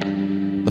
The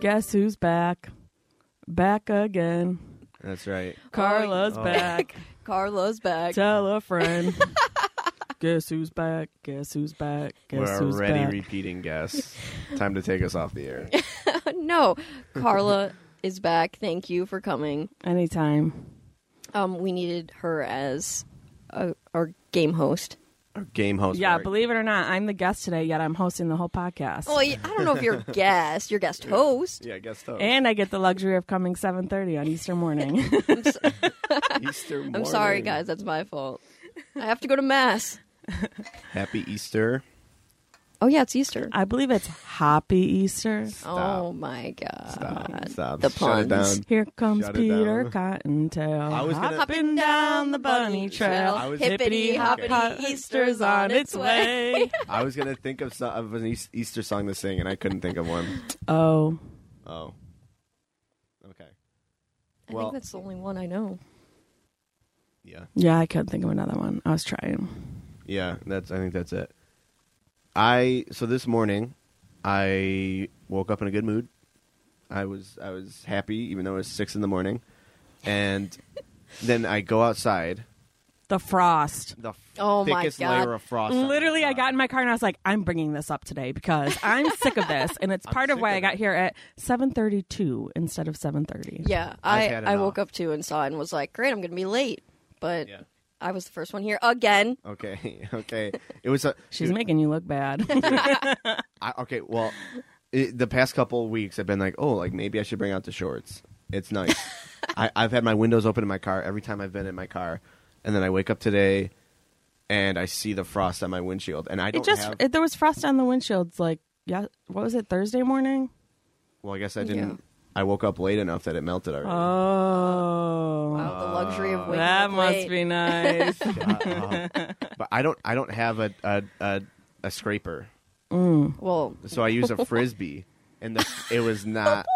Guess who's back? Back again. That's right. Carla's Oh. back. Carlos back. Tell a friend. Guess who's back? Guess who's back? Guess We're who's already back? repeating guests. Time to take us off the air. no, Carla is back. Thank you for coming. Anytime. Um, we needed her as a, our game host. Our game host. Yeah, Mark. believe it or not, I'm the guest today. Yet I'm hosting the whole podcast, Well, I don't know if you're guest, you're guest host. Yeah, guest host. and I get the luxury of coming 7:30 on Easter morning. Easter morning. I'm sorry, guys. That's my fault. I have to go to mass. Happy Easter. Oh yeah, it's Easter. I believe it's Happy Easter. Oh my god. Stop. Stop. Uh, The Shut it down. puns. Here comes Shut it Peter down. Cottontail. I was gonna- hopping down the bunny trail. I was- Hippity hoppity, Hippity-hoppity, Easter's on its way. I was gonna think of, so- of an Eas- Easter song to sing, and I couldn't think of one. oh, Oh. Okay. I Well- think that's the only one I know. Yeah. yeah, I couldn't think of another one. I was trying. Yeah. That's. I think that's it. I. So this morning, I woke up in a good mood. I was. I was happy, even though it was six in the morning, and then I go outside. The frost. the Oh my thickest God. layer of frost. on Literally, my I got in car. my car and I was like, "I'm bringing this up today because I'm sick of this, and it's I'm part of sick why of I got it. here at 7:32 instead of 7:30." Yeah, I've I had I enough. woke up too and saw it and was like, great, I'm gonna be late. But Yeah. I was the first one here again. Okay, okay. It was a, She's making you look bad. I, okay. Well, it, the past couple of weeks, I've been like, oh, like maybe I should bring out the shorts. It's nice. I, I've had my windows open in my car every time I've been in my car, and then I wake up today, and I see the frost on my windshield, and I don't it just have. it, there was frost on the windshields. Like, yeah, what was it Thursday morning? well, I guess I didn't. Yeah. I woke up late enough that it melted already. Oh, Wow, the luxury of waking that up must late. be nice. Uh, uh, but I don't. I don't have a a, a a scraper. Well, so I used a frisbee, and the, it was not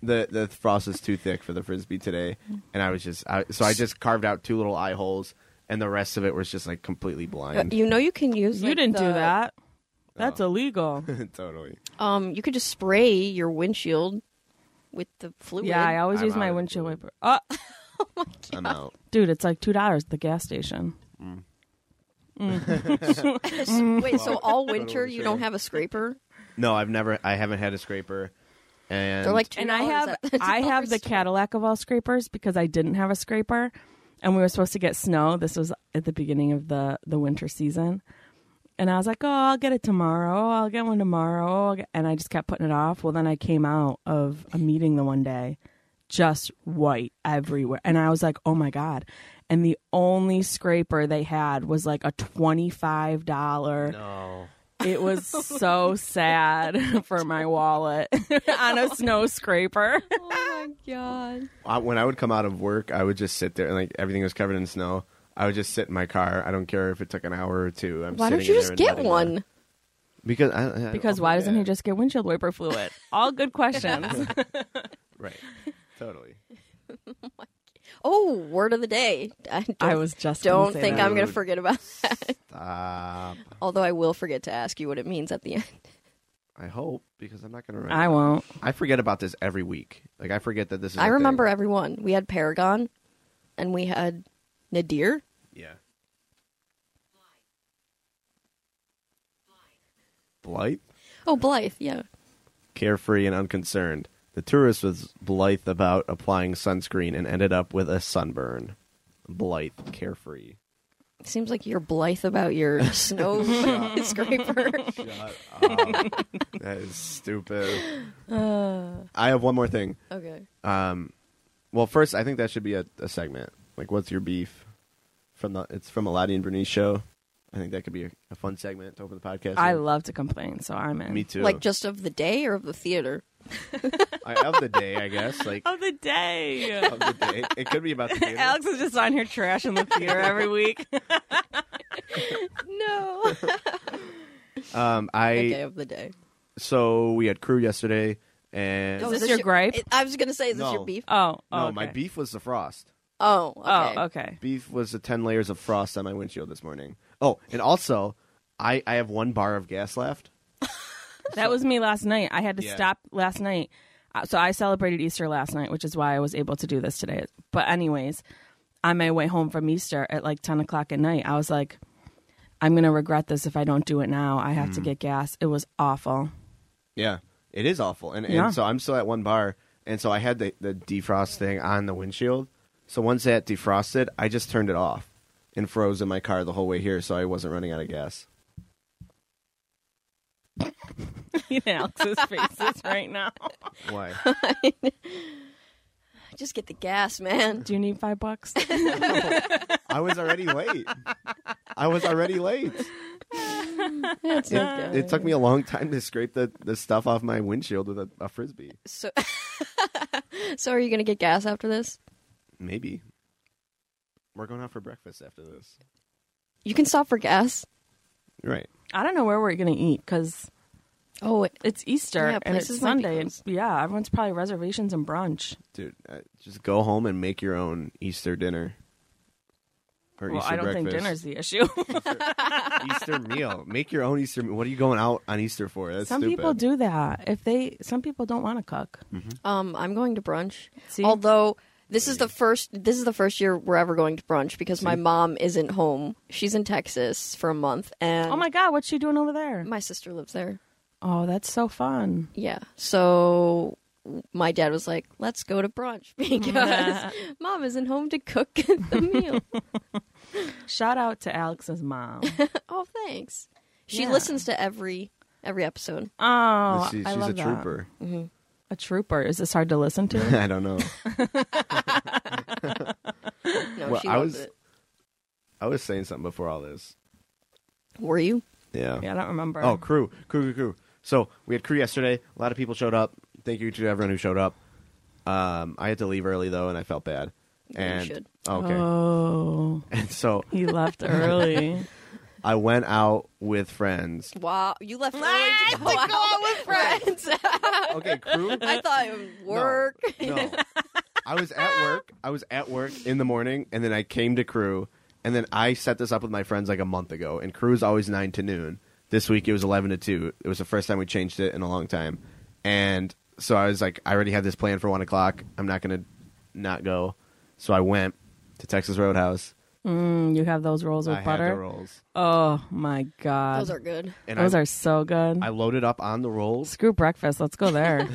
the the frost was too thick for the frisbee today, and I was just I, so I just carved out two little eye holes, and the rest of it was just like completely blind. Uh, you know you can use. you like, didn't do the- that. Oh. That's illegal. totally. Um, you could just spray your windshield with the fluid. yeah, I always I'm use out my of the windshield blue. wiper. Oh, I'm out. dude, it's like two dollars at the gas station. Wait, so all Totally winter you don't sure. have a scraper? No, I've never. I haven't had a scraper, and They're like two and I have at the I have the dollar store. Cadillac of all scrapers because I didn't have a scraper, and we were supposed to get snow. This was at the beginning of the the winter season, and I was like, "Oh, I'll get it tomorrow. Oh, I'll get one tomorrow." Oh, I'll get-" And I just kept putting it off. Well, then I came out of a meeting the one day, just white everywhere, and I was like, "Oh my god!" And the only scraper they had was like a twenty five dollar. no. It was so sad for my wallet on a snow scraper. Oh my god! I, when I would come out of work, I would just sit there, and like everything was covered in snow. I would just sit in my car. I don't care if it took an hour or two. I'm Why don't sitting you in there just get and letting one? it- Because I, I Because I'll why doesn't he forget. just get windshield wiper fluid? All good questions. right? Totally. Oh, word of the day. I don't, I was just don't gonna say think that. I'm going to Dude. forget about that. Stop. Although I will forget to ask you what it means at the end. I hope because I'm not gonna remember. I won't. I forget about this every week. Like I forget that this is. I a remember Thing. everyone. We had Paragon, and we had Nadir. Yeah. Blight, Oh, Blythe. Yeah. Oh, carefree and unconcerned. The tourist was blithe about applying sunscreen and ended up with a sunburn. Blithe, carefree. Seems like you're blithe about your snow scraper. That is stupid. I have one more thing. okay. Um, Well, first, I think that should be a, a segment. Like, what's your beef? From the it's from Aladdin and Bernice show. I think that could be a, a fun segment to open the podcast. I with. love to complain, so I'm in. me too. Like just of the day or of the theater? I, of the day, I guess. Like Of the day. of the day, it could be about the theater. Alex is just on here trashing the theater every week. No. Um, I the day of the day. so we had crew yesterday, and Is this your gripe? I was going to say, is this No. your beef? Oh, oh no, my okay. beef was the frost. Oh, okay. Oh, okay. Beef was the ten layers of frost on my windshield this morning. Oh, and also, I I have one bar of gas left. That was me last night. I had to Yeah. stop last night. Uh, So I celebrated Easter last night, which is why I was able to do this today. But, anyways, on my way home from Easter at like 10 o'clock at night, I was like, I'm going to regret this if I don't do it now. I have to Mm. get gas. It was awful. Yeah, it is awful. And, Yeah. and so I'm still at one bar, and so I had the, the defrost thing on the windshield. So once that defrosted, I just turned it off and froze in my car the whole way here, so I wasn't running out of gas. You know, Alex's faces right now. Why? Just get the gas, man. Do you need five bucks? I was already late. I was already late. That's It, it took me a long time to scrape the, the stuff off my windshield with a, a frisbee. So, so are you going to get gas after this? Maybe. We're going out for breakfast after this. You can stop for gas. Right. I don't know where we're going to eat because Oh, wait. it's Easter Yeah, and it's places might be Sunday. closed. yeah, everyone's probably reservations and brunch. Dude, uh, just go home and make your own Easter dinner. Or well, Easter I don't breakfast. think dinner's the issue. Easter meal. Make your own Easter meal. What are you going out on Easter for? That's some stupid. people do that. If they, some people don't want to cook. Um, I'm going to brunch. See? Although this is the first this is the first year we're ever going to brunch because my mom isn't home. She's in Texas for a month and Oh my God, what's she doing over there? my sister lives there. Oh, that's so fun. Yeah. So my dad was like, "Let's go to brunch because mom isn't home to cook the meal." Shout out to Alex's mom. oh, oh, thanks. She Yeah. listens to every every episode. Oh, Mm-hmm. I She- she's love a that. trooper. A trooper. Is this hard to listen to? I don't know. No, Well, she I loves was- it. I was saying something before all this. Were you? Yeah. yeah, I don't remember. Oh, crew, crew, crew, crew. So we had crew yesterday. A lot of people showed up. Thank you to everyone who showed up. Um, I had to leave early though, and I felt bad. You And should. okay, Oh, and so he left early. I went out with friends. Wow, you left early to go, out. with friends. Okay, crew. I thought work. No, no. I was at work. I was at work in the morning, and then I came to crew, and then I set this up with my friends like a month ago. And crew is always nine to noon. This week it was eleven to two. It was the first time we changed it in a long time, and so I was like, I already had this plan for one o'clock. I'm not gonna not go. So I went to Texas Roadhouse. Mm, you have those rolls with I had the butter. rolls, Oh my Uh, God, Those are good. and Those I, are so good. I loaded up on the rolls. Screw breakfast. Let's go there.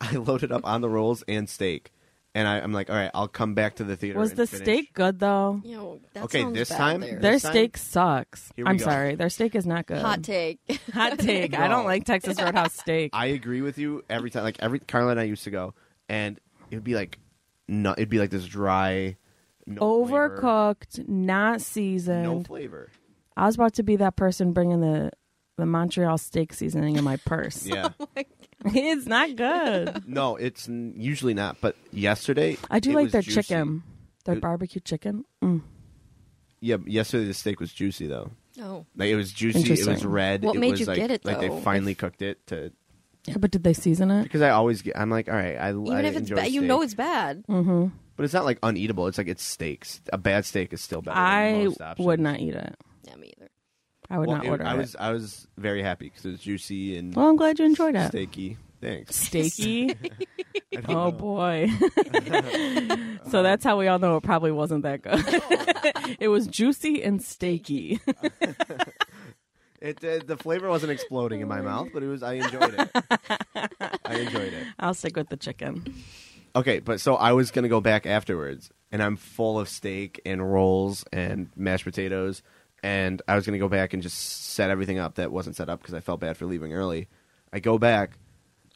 I loaded up on the rolls and steak, and I, I'm like, all right, I'll come back to the theater. Was and the finish. steak good though? You know, that Okay, sounds this bad time- there. Their This time- steak sucks. Here we I'm go. sorry. Their steak is not good. Hot take. Hot take. I No. don't like Texas Roadhouse steak. I agree with you every time. Like every Carla and I used to go, and it'd be like, no, it'd be like this dry, no Overcooked, not flavor, seasoned. no flavor. I was about to be that person bringing the the Montreal steak seasoning in my purse. Yeah, it's not good. no, it's n- usually not. But yesterday, I do it like was their juicy. chicken, their It- barbecue chicken. Mm. Yeah, but yesterday the steak was juicy though. oh, Like it was juicy. It was Interesting. red. What it made was you like, get it, Like though? they finally cooked it to Yeah, but did they season it? because I always get. I'm like, all right, I I even if it's enjoy bad, you steak. know it's bad. but it's not like uneatable. It's like it's steaks. A bad steak is still better. than I most options. would not eat it. Yeah, me either. I would Well, not it- order I it. was I was very happy because it was juicy and Well, I'm glad you enjoyed it. steaky. Thanks. Steaky. I don't oh know. boy. so that's how we all know it probably wasn't that good. it was juicy and steaky. It, uh, the flavor wasn't exploding in my mouth, but it was. I enjoyed it. I enjoyed it. I'll stick with the chicken. Okay, but so I was gonna go back afterwards, and I'm full of steak and rolls and mashed potatoes, and I was gonna go back and just set everything up that wasn't set up because I felt bad for leaving early. I go back,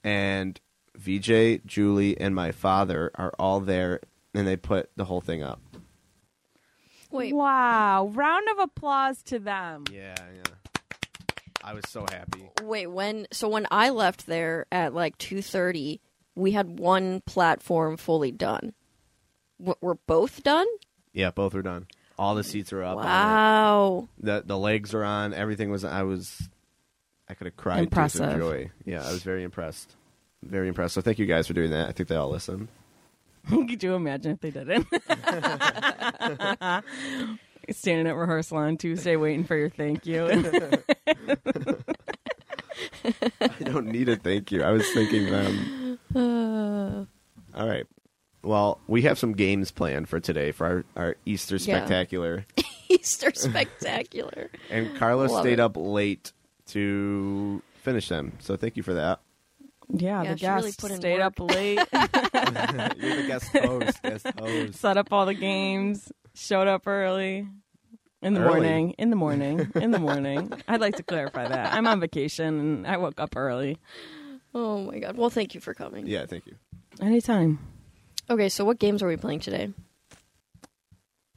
and VJ, Julie, and my father are all there, and they put the whole thing up. Wait, Wow. Round of applause to them. Yeah, yeah. I was so happy. wait. When so when I left there at like two thirty, we had one platform fully done. W- We're both done. Yeah, both were done. All the seats are up. on it. Wow. the the legs are on. Everything was. I was. I could have cried tears of Impressive. joy. Yeah, I was very impressed. Very impressed. So thank you guys for doing that. I think they all listened. Could you imagine if they didn't? Standing at rehearsal on Tuesday waiting for your thank you. I don't need a thank you. I was thinking them. All right. Well, we have some games planned for today for our, our Easter Yeah. spectacular. Easter spectacular. And Carla Love stayed it. up late to finish them. So thank you for that. yeah, Yeah, the she really guests put in stayed work. up late, You're the guest host. Guest host. set up all the games, showed up early. In the Early. morning, in the morning, in the morning. I'd like to clarify that. I'm on vacation and I woke up early. Oh my god. Well, thank you for coming. Yeah, thank you. Anytime. Okay, so what games are we playing today?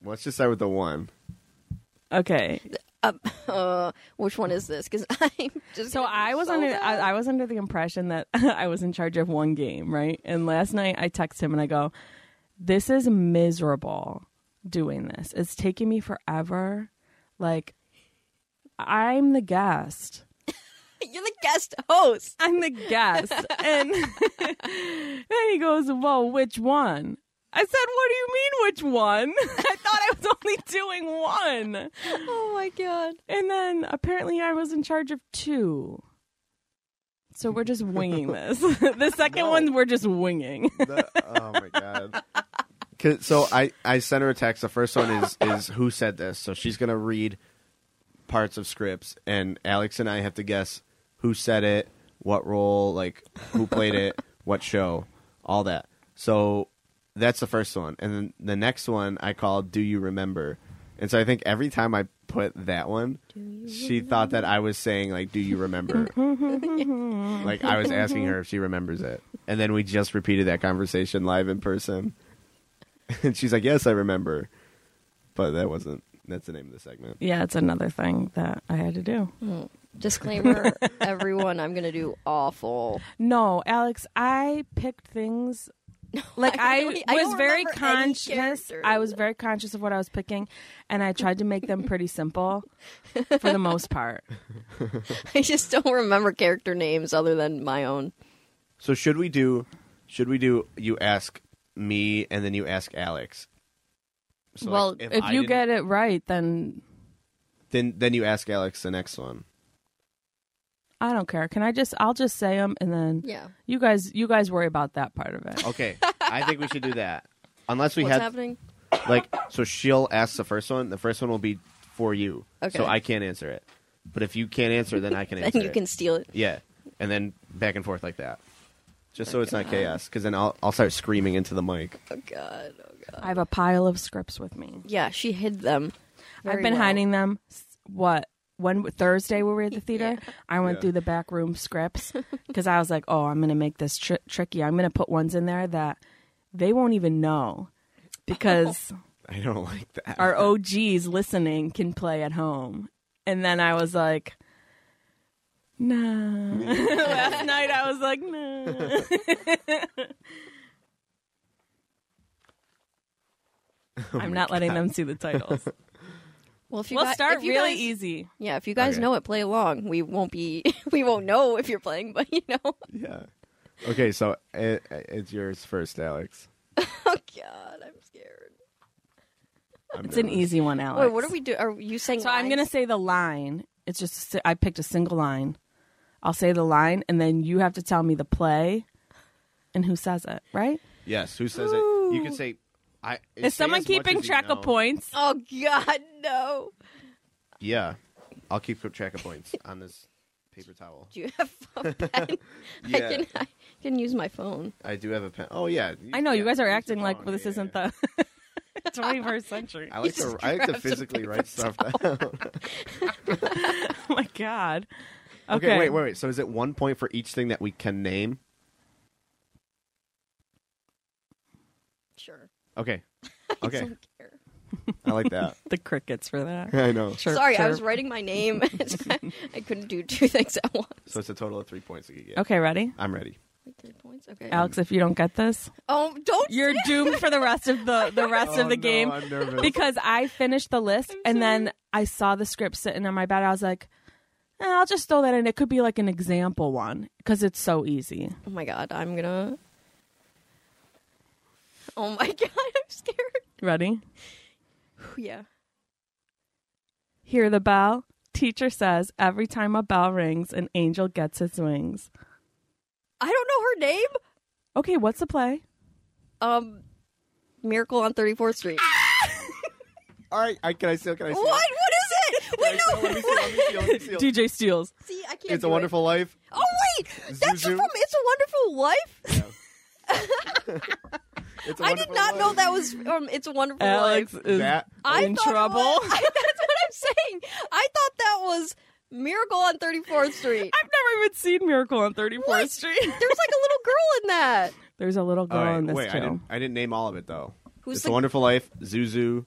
Let's just start with the one. Okay. Uh, which one is this? Because I'm just So gonna be I was so under bad. I, I was under the impression that I was in charge of one game, right? And last night I text him and I go, "This is miserable doing this. It's taking me forever. Like I'm the guest. You're the guest host. I'm the guest." and then he goes, "Well, which one?" I said, "What do you mean which one?" I thought I was only doing one. Oh my god. And then apparently I was in charge of two. So we're just winging this. the second one we're just winging. The- oh my god. 'Cause- So I I sent her a text. The first one is is who said this. So she's gonna read parts of scripts, and Alex and I have to guess who said it, what role, like who played it, what show, all that. So that's the first one, and then the next one I called "Do You Remember?" And so I think every time I put that one, she thought that I was saying like "Do you remember?" like I was asking her if she remembers it, and then we just repeated that conversation live in person, and she's like, "Yes, I remember," but that wasn't. That's the name of the segment. yeah, it's another thing that I had to do. Disclaimer, everyone, I'm gonna do awful. No, Alex, I picked things like I, really- I was don't very remember any conscious. characters. I was very conscious of what I was picking and I tried to make them pretty simple for the most part. I just don't remember character names other than my own. So should we do? Should we do? You ask me, and then you ask Alex. So like, well, if, I you didn't- get it right, then then then you ask Alex the next one. I don't care. Can I just I'll just say them and then Yeah. you guys you guys worry about that part of it. Okay, I think we should do that. Unless we What's had happening? like, so she'll ask the first one. The first one will be for you, Okay. so I can't answer it. But if you can't answer, then I can Then answer. you it. can steal it. Yeah, and then back and forth like that, just so it's not chaos. Because then I'll I'll start screaming into the mic. Oh god. Oh god. I have a pile of scripts with me. Yeah, she hid them. I've very been well. hiding them. s- What when Thursday we were at the theater, I went Yeah. through the back room scripts because I was like, "Oh, I'm gonna make this tri- tricky. I'm gonna put ones in there that they won't even know because I don't like that. our OGs listening can play at home." And then I was like, "Nah." Last night I was like, "Nah." I'm not letting them see the titles. Well, if you we'll guy- start if you really guys- easy. Yeah, if you guys Okay. know it, play along. We won't be. We won't know if you're playing, but you know. Yeah. Okay, so it, it's yours first, Alex. Oh god, I'm scared. I'm It's an nervous. easy one, Alex. Wait, what are we doing? Are you saying? So I'm gonna lines? say the line. It's just a si- I picked a single line. I'll say the line, and then you have to tell me the play and who says it. Right? Yes. Who says it? You can say. I, Is someone keeping track of points? Oh god, no. Yeah. I'll keep track of points on this paper towel. Do you have phone pen? I Yeah. can I can use my phone. I do have a pen. Oh yeah. I know you yeah, guys are use your acting like phone. well, this Yeah, isn't yeah. the 21st century. I like You to. just I like to grabbed a physically write stuff down. oh my god. Okay. wait, wait, wait. So is it one point for each thing that we can name? Sure. Okay. I Okay. don't care. I like that. The crickets for that. I know. Chirp, Sorry, I was chirp. writing my name. I couldn't do two things at once. So it's a total of three points that you get. Okay, ready? I'm ready. Like three points. Okay. Alex, if you don't get this, oh, don't. you're doomed for the rest of the the rest of the game Oh, I'm nervous. because I finished the list and then I saw the script sitting on my bed. I was like, "Eh, I'll just throw that in. It could be like an example one because it's so easy. Oh my god, I'm gonna. Oh my god, I'm scared. Ready? yeah. Hear the bell. Teacher says every time a bell rings, an angel gets his wings. I don't know her name. Okay, what's the play? Um, Miracle on 34th Street. Ah! All right. I, can I see? Can I see? what? What is it? Wait, no. Let me see. Let me see. Let me see. DJ Steals. See, I can't. It's do a it. Wonderful Life. Oh wait, that's Zuzu? from It's a Wonderful Life. It's a I did Wonderful not know Life. that was from It's a Wonderful Alex Life. is That- I in thought it trouble. was- that's what I'm saying. I thought that was Miracle on 34th Street. I've never even seen Miracle on 34th What? Street. There's like a little girl in that. There's a little girl All right, in this wait, I too. didn't, I didn't name all of it though. Who's it's the- a Wonderful Life, Zuzu.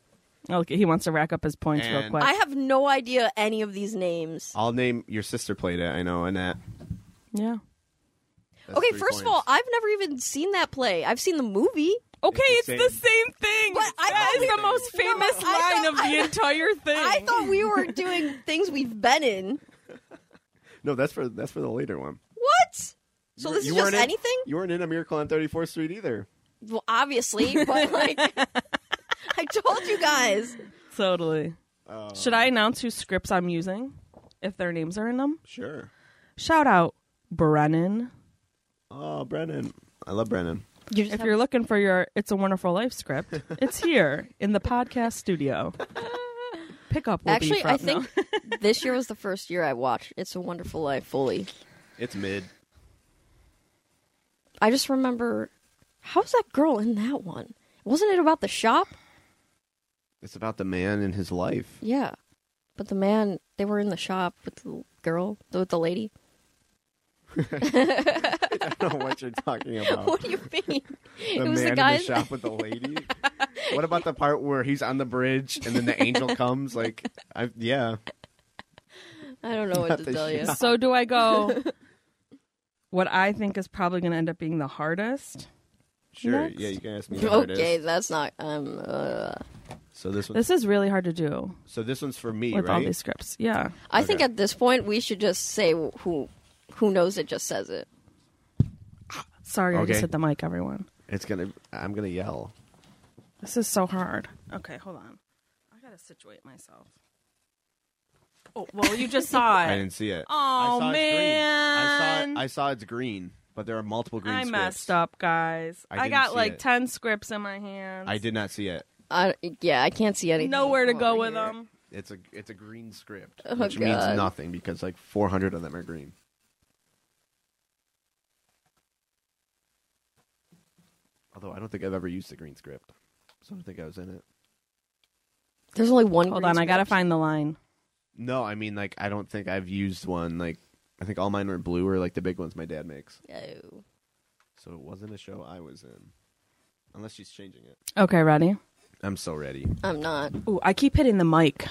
Okay, he wants to rack up his points real And- quick. I have no idea any of these names. I'll name your sister played it. I know Annette. yeah. That's Okay, three first of points. all, I've never even seen that play. I've seen the movie. Okay, it's, It's the the same thing. But I that thought is we- the most No, famous I thought- line of the I- entire thing. I thought we were doing things we've been in. no, that's for that's for the later one. What? So You- this you is just weren't in- anything? You weren't in a Miracle on 34th Street either. Well, obviously, but like I told you guys. totally. Oh. Should I announce whose scripts I'm using? If their names are in them? Sure. Shout out Brennan. Oh, Brennan. I love Brennan. You If you're looking for your It's a Wonderful Life script, it's here in the podcast studio. Pickup will be Actually, from, I think this year was the first year I watched It's a Wonderful Life fully. It's mid. I just remember how's that girl in that one? Wasn't it about the shop? It's about the man and his life. Yeah. But the man, they were in the shop with the girl, with the lady. I don't know what you're talking about. What do you mean? the it was man the guy in the shop with the lady. what about the part where he's on the bridge and then the angel comes? Like, I, yeah. I don't know Not what to the tell you. shop. So do I go? what I think is probably going to end up being the hardest. Sure. Next. Yeah, you can ask me. how it is. Okay, that's not um uh So this one. This is really hard to do So this one's for me, with all right? these scripts. Yeah. I think Okay. at this point we should just say who who knows it just says it. Sorry, I Okay. just hit the mic, everyone. It's gonna. I'm gonna yell. This is so hard. Okay, hold on. I gotta situate myself. Oh well, you just saw I it. didn't see it. Oh, I saw it's Green. man. I saw. I saw it's green, but there are multiple green. I scripts. messed up, guys. I I, didn't got see like it. ten scripts in my hands. I did not see it. I yeah, I can't see anything. nowhere to over go with here. them. It's a. It's a green script, Oh, which means God. nothing because like 400 of them are green. Although I don't think I've ever used the green script, so I don't think I was in it. There's only one. Hold green on, I gotta script. find the line. No, I mean like I don't think I've used one. Like I think all mine were blue or like the big ones my dad makes. Oh. So it wasn't a show I was in, unless she's changing it. Okay, ready? I'm so ready. I'm not. Ooh, I keep hitting the mic.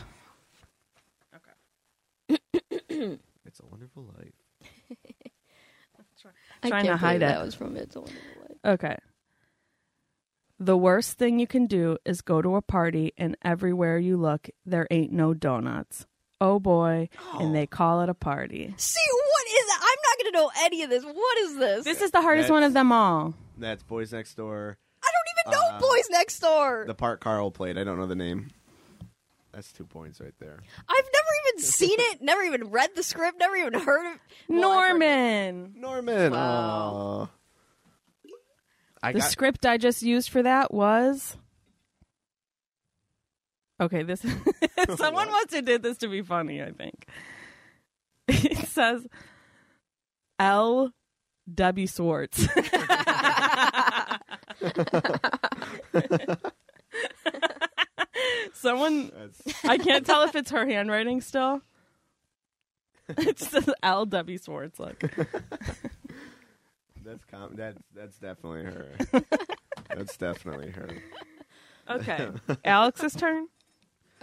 It's a wonderful life. I Trying can't to hide believe it. That was from It's a Wonderful Life. Okay. The worst thing you can do is go to a party and everywhere you look, there ain't no donuts. Oh boy, and Oh. they call it a party. See what is that? I'm not gonna know any of this. What is this? This is the hardest one of That's- them all. That's Boys Next Door. I don't even know Uh, Boys Next Door. The part Carl played. I don't know the name. That's two points right there. I've never even seen it. Never even read the script. Never even heard of Well, I've heard it. Norman. Norman. Wow. aw. I The got script I just used for that was Okay, this someone must have did this to be funny. I think it says L. W. Swartz. someone, That's I can't tell if it's her handwriting still. It says L. W. Swartz. Look, that's com- that's that's definitely her. that's definitely her. okay, Alex's turn.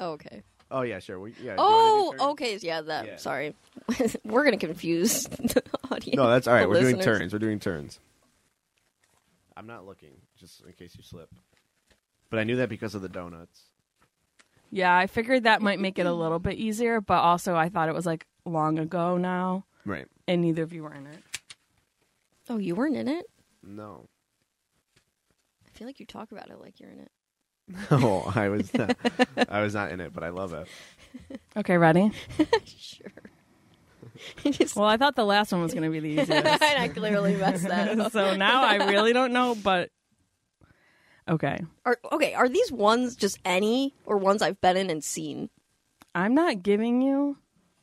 Okay. Oh yeah, sure. We, yeah. do you Oh, wanna do turns? okay. Yeah, that. Yeah. Sorry. We're going to confuse the audience. No, that's all right. the We're doing listeners. turns. We're doing turns. I'm not looking, just in case you slip. But I knew that because of the donuts. Yeah, I figured that might make it a little bit easier, but also I thought it was like long ago now, Right. and neither of you were in it. Oh, you weren't in it? No. I feel like you talk about it like you're in it. No, Oh, I was not, I was not in it, but I love it. Okay, ready? Sure. Just- Well, I thought the last one was going to be the easiest. and I clearly messed that up. so now I really don't know, but okay. Are, okay, are these ones just any or ones I've been in and seen? I'm not giving you You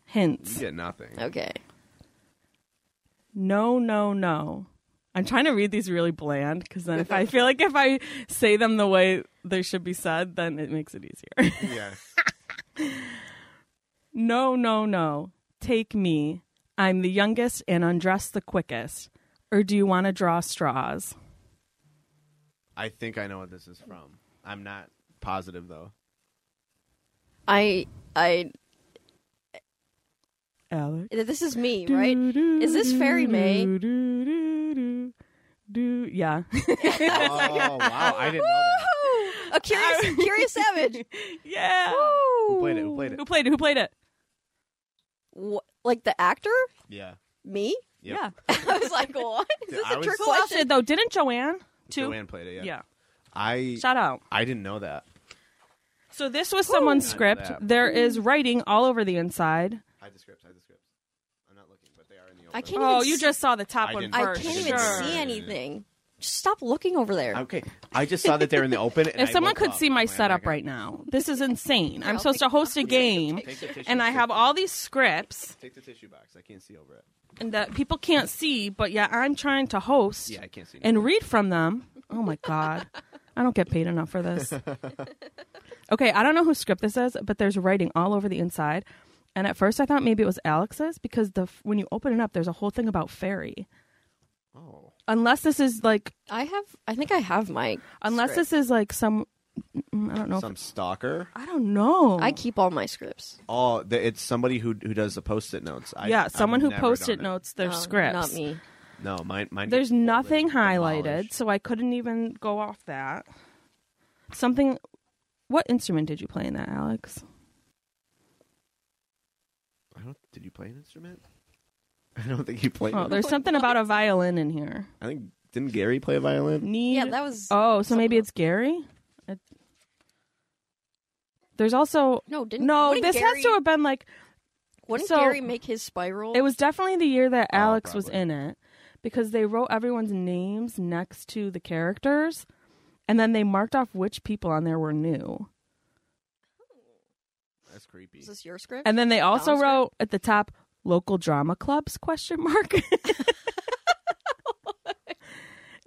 hints. get nothing. Okay. No, no, no. I'm trying to read these really bland because then if I feel like if I say them the way they should be said, then it makes it easier. Yes. No, no, no. Take me. I'm the youngest and undress the quickest. Or do you want to draw straws? I think I know what this is from. I'm not positive though. I I Alex. this is me, right? Is this Fairy May? Do, do, do, do, do. Yeah. Oh wow, I didn't know that. A curious curious savage. yeah. Who played it? Who played it? Who played it? Who played it? Wha like the actor? Yeah. Me? Yep. Yeah. I was like, what? Is this I a was- trick Who else question? did though? Didn't Joanne? Too. Joanne played it. Yeah. Yeah. I Shout out. I didn't know that. So this was someone's I know script. that. Mm. There is writing all over the inside. I the scripts. I the scripts. I'm not looking, but they are in the. Open. I can't oh, even you s- just saw the top I one didn't- I first. can't even sure. see anything. Just stop looking over there. Okay, I just saw that they're in the open. and If I someone woke could up, see I'm my like, oh setup God. right now, this is insane. I'm I'll supposed to take- host a I'll take the game, Take the tissue. and I Take have the- all these scripts Take the tissue box. I can't see over it. and that people can't see, but yeah, I'm trying to host Yeah, I can't see. and read from them. Oh my god, I don't get paid enough for this. Okay, I don't know whose script this is, but there's writing all over the inside. And at first, I thought maybe it was Alex's because the f- when you open it up, there's a whole thing about fairy. oh, Unless this is like, I have I think I have my unless script. this is like some, mm, I don't know. if- some stalker. I don't know. I keep all my scripts. Oh, th- it's somebody who who does the post-it notes. I, yeah, I've someone who never post it done notes their No, scripts. Um, Not me. No, mine. mine There's gets nothing highlighted, folded, demolished. so I couldn't even go off that. Something. What instrument did you play in that, Alex? I don't, did you play an instrument? I don't think you played. Oh, one. there's something about a violin in here. I think didn't Gary play a violin? Need. Yeah, that was Oh, so maybe it's Gary. It- There's also No, didn't no. wouldn't This Gary, has to have been like Wouldn't so- Gary make his spiral? it was definitely the year that Oh, Alex was probably. in it because they wrote everyone's names next to the characters, and then they marked off which people on there were new. That's creepy. Is this your script? And then they also Sounds great. wrote at the top local drama clubs question mark.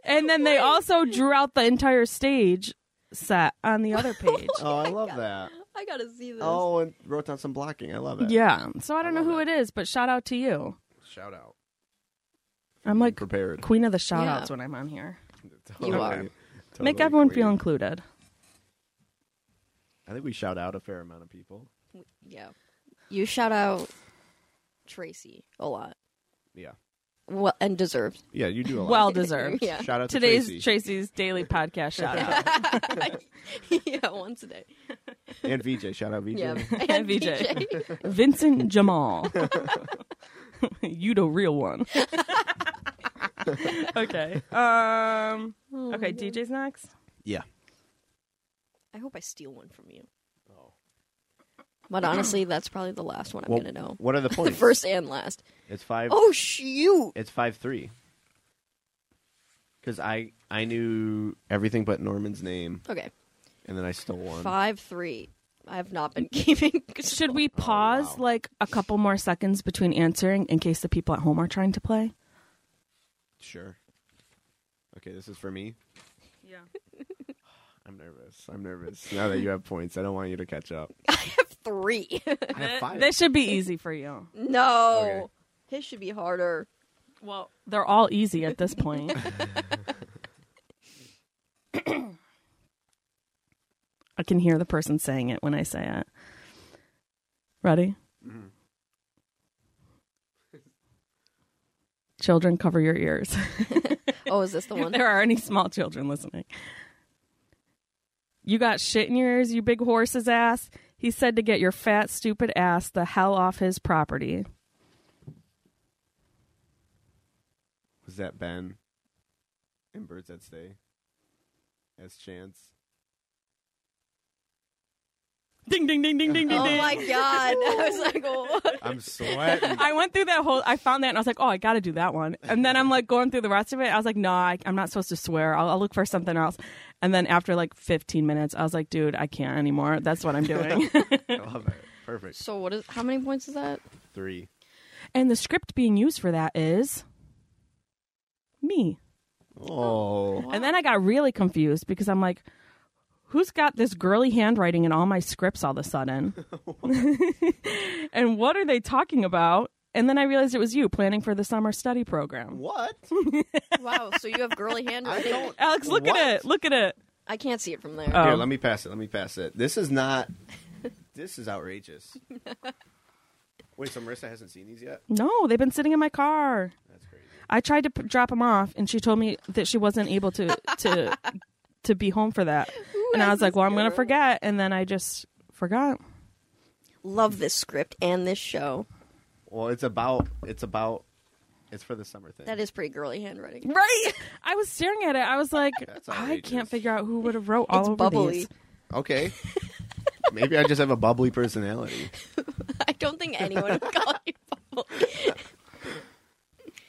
and then they also drew out the entire stage set on the other page. oh, I love that. I gotta see this. Oh, and wrote down some blocking. I love it. yeah. So I don't I know love who it is, but shout out to you. Shout out. I'm like prepared. queen of the shout Yeah. outs when I'm on here. Totally- You are. totally Make everyone queen. feel included. I think we shout out a fair amount of people. Yeah. You shout out Tracy a lot. Yeah. Well, and deserved. Yeah, you do a lot. Well deserved. Yeah. shout out Today's to Tracy Tracy's daily podcast shout out. yeah, once a day. and VJ. Shout out VJ. Yeah. And Vincent Jamal. you the real one. okay. Um Okay, DJ's next. Yeah. I hope I steal one from you. Oh. But honestly, that's probably the last one I'm Well, gonna know. What are the The points? first and last. It's five. Oh shoot! It's five three. Because I I knew everything but Norman's name, Okay, and then I stole one. five three. I've not been gaming. Should we pause like a couple more seconds between answering in case the people at home are trying to play? Sure. Okay, this is for me. Yeah. I'm nervous. I'm nervous. Now that you have points, I don't want you to catch up. three? I have five. This should be easy for you. no, Okay. his should be harder. Well, they're all easy at this point. I can hear the person saying it when I say it. Ready? Mm-hmm. children, cover your ears. Oh, is this the if one? there are any small children listening. You got shit in your ears, you big horse's ass. He said to get your fat, stupid ass the hell off his property. Was that Ben? And Birds That Stay? As Chance? Ding, ding, ding, ding, ding, ding, Oh ding. my god! I was like, oh, what? I'm sweating. I went through that whole. I found that and I was like, oh, I got to do that one. And then I'm like going through the rest of it. I was like, no, I, I'm not supposed to swear. I'll, I'll look for something else. And then after like 15 minutes, I was like, dude, I can't anymore. That's what I'm doing. I love it. Perfect. So what is? How many points is that? Three. and the script being used for that is me. Oh. And then I got really confused because I'm like, who's got this girly handwriting in all my scripts all of a sudden? and what are they talking about? And then I realized it was you planning for the summer study program. What? Wow! So you have girly I handwriting. don't. Uh, Alex, look What? at it. Look at it. I can't see it from there. Oh. Here, let me pass it. Let me pass it. This is not. This is outrageous. Wait, so Marissa hasn't seen these yet? No, they've been sitting in my car. That's crazy. I tried to p- drop them off, and she told me that she wasn't able to to to be home for that. and I is was like, this "Well, I'm going to girl?" forget," and then I just forgot. Love this script and this show. Well, it's about. It's about. It's for the summer thing. That is pretty girly handwriting. Right? I was staring at it. I was like, That's "I outrageous. can't figure out who would have wrote all it's over bubbly. these." Okay. Maybe I just have a bubbly personality. I don't think anyone would call you bubbly.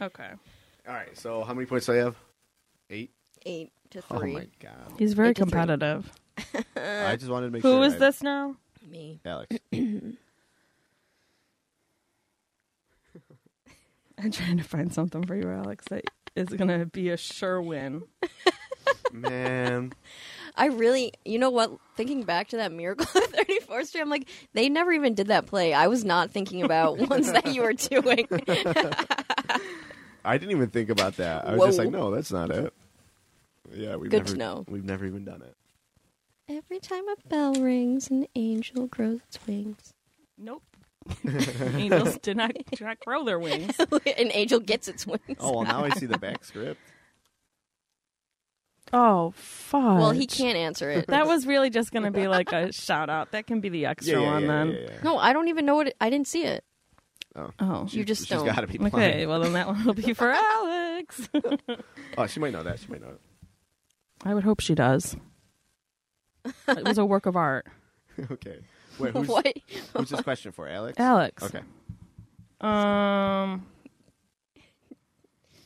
Okay, All right. So how many points do I have? Eight. Eight to Oh three. my god. he's very Eight to three. competitive. I just wanted to make sure. Who is I- this now? Me. Alex. I'm trying to find something for you, Alex. That is going to be a sure win. Man. I really, you know what? Thinking back to that miracle at 34th Street, I'm like, they never even did that play. I was not thinking about ones that you were doing. I didn't even think about that. I was just Whoa. like, no, that's not it. Yeah, we've Good never, to know. We've never even done it. Every time a bell rings, an angel grows its wings. Nope. Angels did not, did not grow their wings. an angel gets its wings. Oh well, now I see the back script. Oh fuck! Well, he can't answer it. That was really just going to be like a shout out. That can be the Yeah, extra yeah, one yeah, then. yeah, yeah. No, I don't even know what it, I didn't see it. Oh, You just she's don't. got to be okay. playing. Well, then that one will be for Alex. Oh, she might know that. She might know. I would hope she does. It was a work of art, It. okay. Wait, who's, what? who's this question for, Alex? Alex. Okay. Um,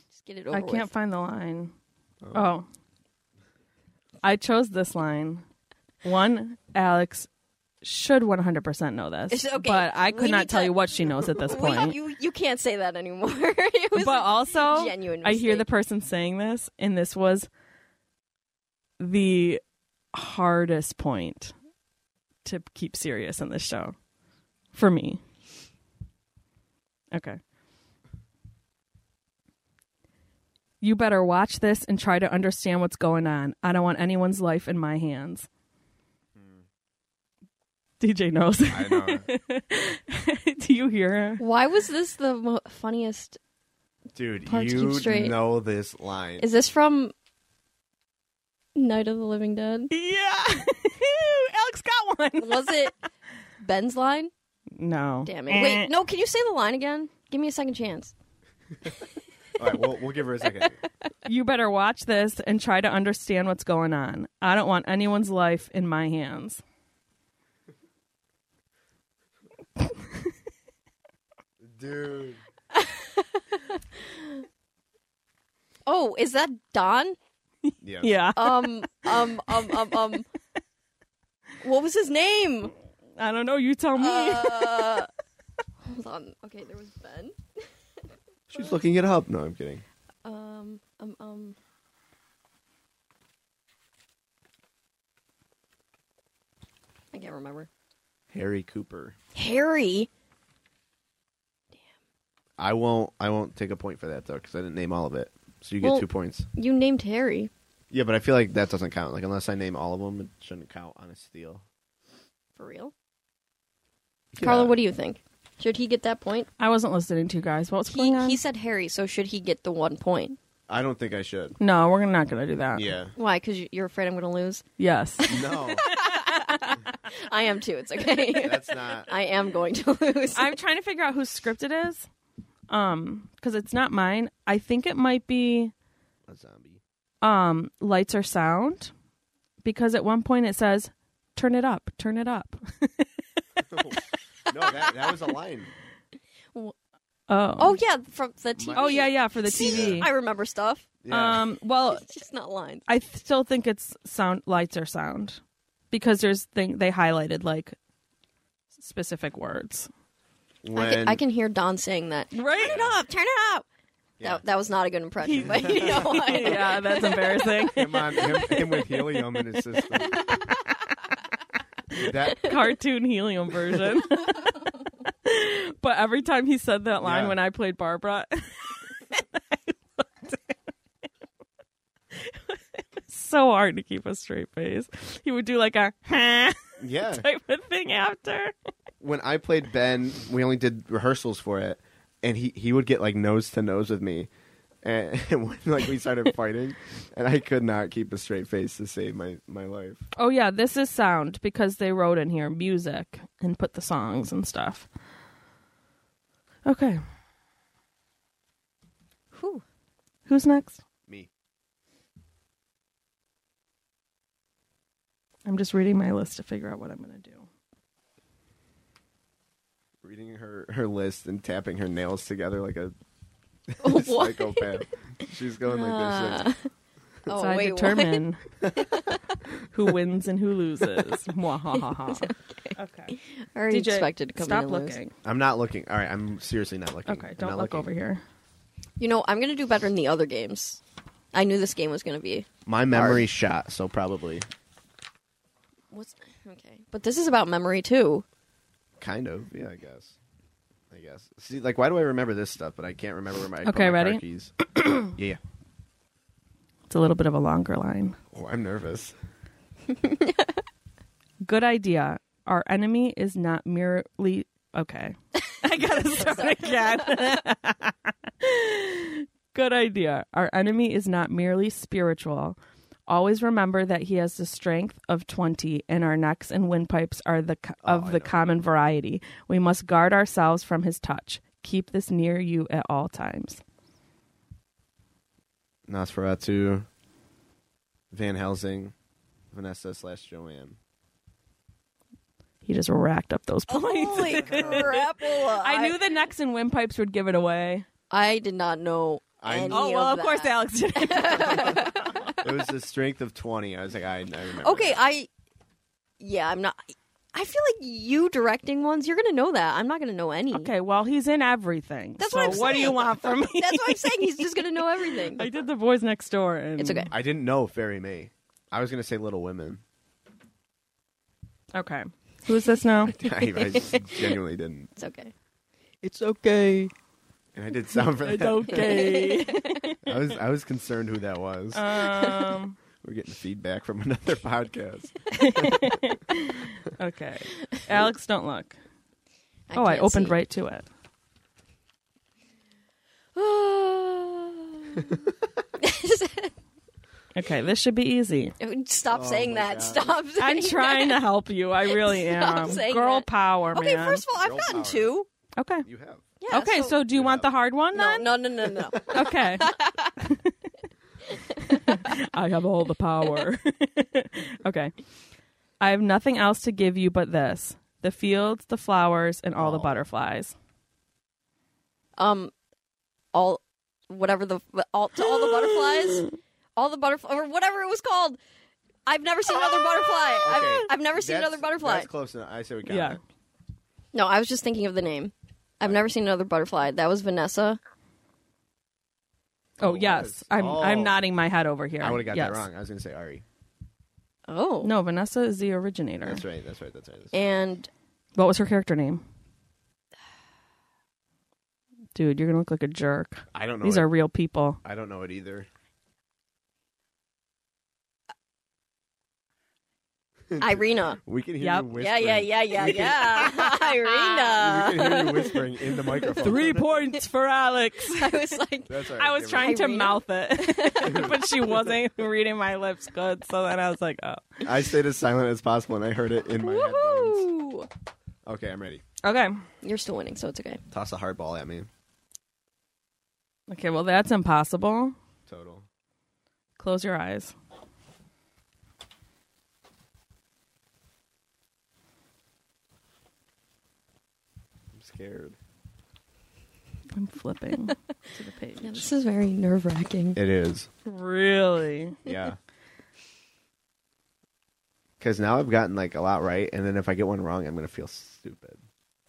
Just get it over I can't find the line. Oh, I chose this line. One, Alex should 100% know this, It's okay. but I could We not need tell to- you what she knows at this with. point. Wait, you, you can't say that anymore. it was but also genuine I hear the mistake. person saying this, and this was the hardest point to keep serious in this show for me. Okay. You better watch this and try to understand what's going on. I don't want anyone's life in my hands. DJ knows. Hmm. I know, Do you hear her? Why was this the mo- funniest? dude. Parts keep you straight. know this line. Is this from Night of the Living Dead? Yeah. Alex got one. Was it Ben's line? No. Damn it. Wait, no, can you say the line again? Give me a second chance. All right, we'll, we'll give her a second. You better watch this and try to understand what's going on. I don't want anyone's life in my hands. dude. Oh, is that Don? Yeah. Yeah. Um, um, um, um, um. What was his name? I don't know. You tell me. Uh, Hold on. Okay, there was Ben. She's looking it up. No, I'm kidding. Um, um, um. I can't remember. Harry Cooper. Harry. I won't. I won't take a point for that though, because I didn't name all of it. So you get Well- two points. You named Harry. Yeah, but I feel like that doesn't count. Like unless I name all of them, it shouldn't count on a steal. For real? Carla, what do you think? Should he get that point? I wasn't listening to you guys. What's going He, on? he said Harry, so should he get the one point? I don't think I should. No, we're not going to do that. Yeah. Why? Because you're afraid I'm going to lose? Yes. No, I am too. It's okay. that's not. I am going to lose. I'm trying to figure out whose script it is. Um, because it's not mine. I think it might be A zombie. um lights or sound, because at one point it says, "Turn it up, turn it up." No, that, that was a line. Oh. oh, yeah, from the TV. Oh, yeah, yeah, for the TV. I remember stuff. Yeah. Um. Well, It's just not lines. I th- still think it's sound lights or sound because there's thing they highlighted like specific words. when I, can, I can hear Don saying that. Turn Right? it up! Turn it up! That, that was not a good impression, but you know what? yeah, that's embarrassing. him, on, him, him with helium in his system. that Cartoon helium version. but every time he said that line Yeah. when I played Barbara, I looked at him. It was so hard to keep a straight face. He would do like a huh yeah. type of thing after. when I played Ben, we only did rehearsals for it, and he, he would get like nose to nose with me, and, and when like we started fighting, and I could not keep a straight face to save my my life. Oh yeah, this is sound because they wrote in here music and put the songs and stuff. Okay, Whew. who's next? Me. I'm just reading my list to figure out what I'm going to do. Reading her, her list and tapping her nails together like a What? Ah. psychopath. She's going like this. Like, Uh, Oh, so I wait, what? determine who wins and who loses. Mwahaha. okay. I already expected to come stop in and lose. looking. I'm not looking. All right, I'm seriously not looking. Okay, I'm don't not look looking. over here. You know, I'm going to do better in the other games. I knew this game was going to be. My memory shot, so probably What's okay? But this is about memory too. kind of. Yeah, I guess. I guess. See, like, why do I remember this stuff, but I can't remember where my I put Okay, my car ready? keys? yeah, yeah. It's a little bit of a longer line. Oh, I'm nervous. Good idea. Our enemy is not merely okay. I gotta start again. Good idea. Our enemy is not merely spiritual. Always remember that he has the strength of twenty, and our necks and windpipes are the co- of the common variety. We must guard ourselves from his touch. Keep this near you at all times. Nosferatu, Van Helsing, Vanessa slash Joanne. He just racked up those Oh points. Holy crap! Oh, I knew the necks and windpipes would give it away. I did not know. I- any Oh well, of that. course, Alex did. It was the strength of twenty. I was like, I, I remember. Okay, I. Yeah, I'm not. I feel like you directing ones, you're gonna know that. I'm not gonna know any. Okay, well, he's in everything. That's so what I'm What do you saying. want from me? That's what I'm saying. He's just gonna know everything. I did the boys next door, and It's okay. I didn't know Fairy May. I was gonna say Little Women. Okay, who's this now? I, I just genuinely didn't. It's okay. It's okay. And I did sound for that. okay. I was I was concerned who that was. um. We're getting feedback from another podcast. Okay. Alex, don't look. I oh, I can't opened see. right to it. Okay, this should be easy. Stop Oh my saying that. God. Stop. Saying I'm trying to help you. I really Stop am. saying Girl that. power, That. Okay, man. first of all, I've Girl gotten power. two. okay. You have. Yeah, okay, so, do you want the hard one no, then? no, no, no, no. Okay. I have all the power. okay. I have nothing else to give you but this the fields, the flowers, and all the Oh. butterflies. um all whatever the all to all the butterflies all the butterflies or whatever it was called I've never seen another butterfly. I've, I've never seen Ah! That's- another butterfly. That's close enough. I say we got Yeah. it. No, I was just thinking of the name. I've never seen another butterfly. That was Vanessa. Oh, it yes, was. I'm Oh. I'm nodding my head over here. I would have got yes. that wrong. I was going to say Ari. Oh No, Vanessa is the originator. That's right. That's right. That's right. That's right. And What was her character name? Dude, you're gonna look like a jerk. I don't know. These it. are real people. I don't know it either. Irina. We can Yep. hear you Yeah, whispering. yeah, yeah, yeah, yeah. Irina. We can hear you whispering in the microphone. Three points for Alex. I was like, That's all right. I was Give it- trying to Irina? mouth it, but she wasn't reading my lips good. So then I was like, oh, I stayed as silent as possible, and I heard it in my headphones. woohoo! Okay, I'm ready. okay, You're still winning, so it's okay. Toss a hard ball at me. okay. Well, that's impossible. Total. Close your eyes. I'm scared. I'm flipping to the page. Yeah, this is very nerve wracking. It is. Really? Yeah. Because now I've gotten like a lot right, and then if I get one wrong, I'm gonna feel stupid.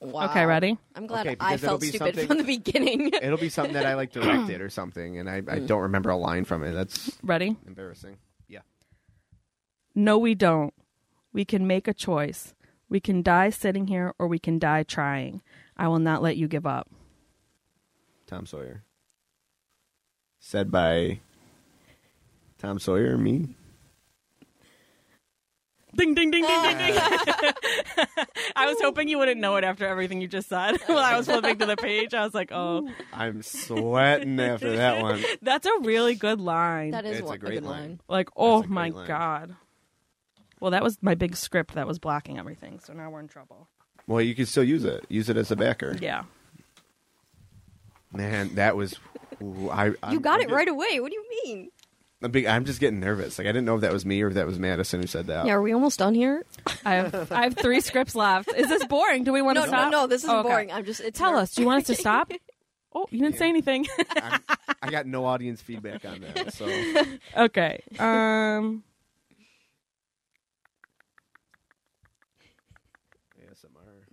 Wow. Okay, ready? I'm glad Okay, I because it'll felt be stupid something- from the beginning. It'll be something that I like directed or something, and I, I don't remember a line from it. That's Ready? embarrassing. Yeah. No, we don't. We can make a choice. We can die sitting here or we can die trying. I will not let you give up. Tom Sawyer. Said by Tom Sawyer and me. Ding, ding, ding, ding, ding, ding. I was hoping you wouldn't know it after everything you just said. While I was flipping to the page, I was like, oh, I'm sweating after that one. that's a really good line. that is It's one, a great good line. line. like, oh great my line. God. Well, that was my big script that was blocking everything. So now we're in trouble. Well, you can still use it. Use it as a backer. Yeah. Man, that was. ooh, I, I'm, You got I'm it right away. What do you mean? I'm, big, I'm just getting nervous. Like I didn't know if that was me or if that was Madison who said that. Yeah, are we almost done here? I have, I have three scripts left. Is this boring? Do we want No, to no, stop? no. This is Oh, okay. boring. I'm just. It's Tell nerve- us. Do you want us to stop? Oh, you didn't say anything. I'm- I got no audience feedback on that. So okay. Um. ASMR.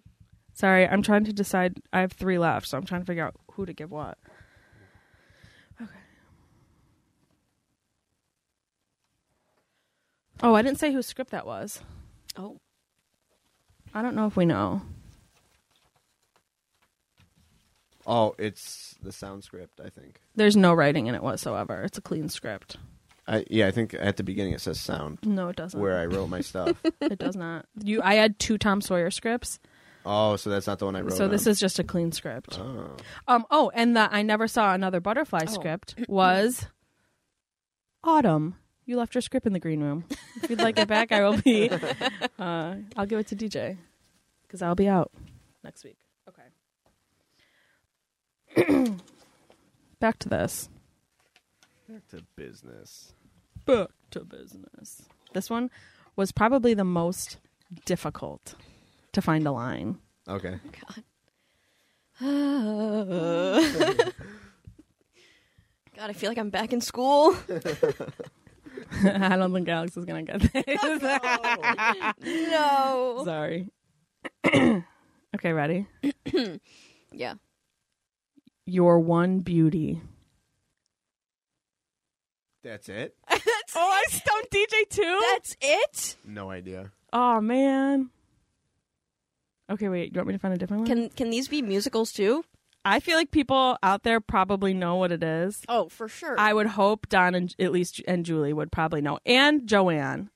Sorry, I'm trying to decide. I have three left, so I'm trying to figure out who to give what. Okay. Oh, I didn't say whose script that was. Oh, I don't know if we know. Oh, it's the sound script. I think. There's no writing in it whatsoever. It's a clean script. I yeah. I think at the beginning it says sound No, it doesn't. where I wrote my stuff. It does not. You, I had two Tom Sawyer scripts, oh, so that's not the one I wrote. so this on. is just a clean script. Oh. Um. Oh, and the I never saw another butterfly script was autumn. You left your script in the green room. If you'd like it back, I will be. Uh, I'll give it to DJ because I'll be out next week. Okay. back to this. Back to business. Back to business. This one was probably the most difficult to find a line. Okay. God. God, I feel like I'm back in school. I don't think Alex is gonna get this. No. Sorry. okay, ready? Yeah. Your one beauty. That's it. Oh, I stumped DJ too. That's it. No idea. oh man. Okay, wait. You want me to find a different one? Can can these be musicals too? I feel like people out there probably know what it is. Oh, for sure. I would hope Don and at least and Julie would probably know, and Joanne.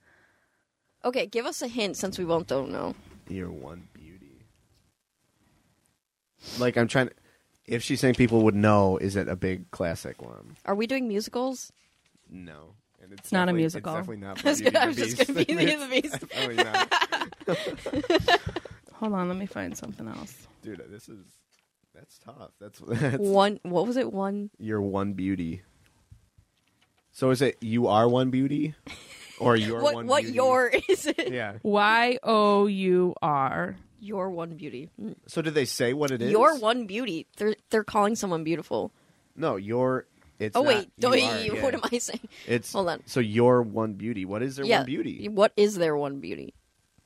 okay, give us a hint since we both don't know. You're one beauty. Like I'm trying. If she's saying people would know, is it a big classic one? Are we doing musicals? No. And it's, not a definitely- musical. It's definitely not. I was, Beauty gonna, I and was the just gonna Beast. be the end of the beast. Definitely not. Hold on, let me find something else. Dude, this is that's tough. That's, that's One. What was it? One. your one beauty. So is it you are one beauty, or your what? one? What? beauty? Your is it? Yeah. Y o u r. Your one beauty. Mm. So did they say what it is? Your one beauty. They're they're calling someone beautiful. No, your It's oh not wait, you don't- are, yeah. what am I saying? It's Hold on. So your one beauty. What is their yeah, one beauty? What is their one beauty?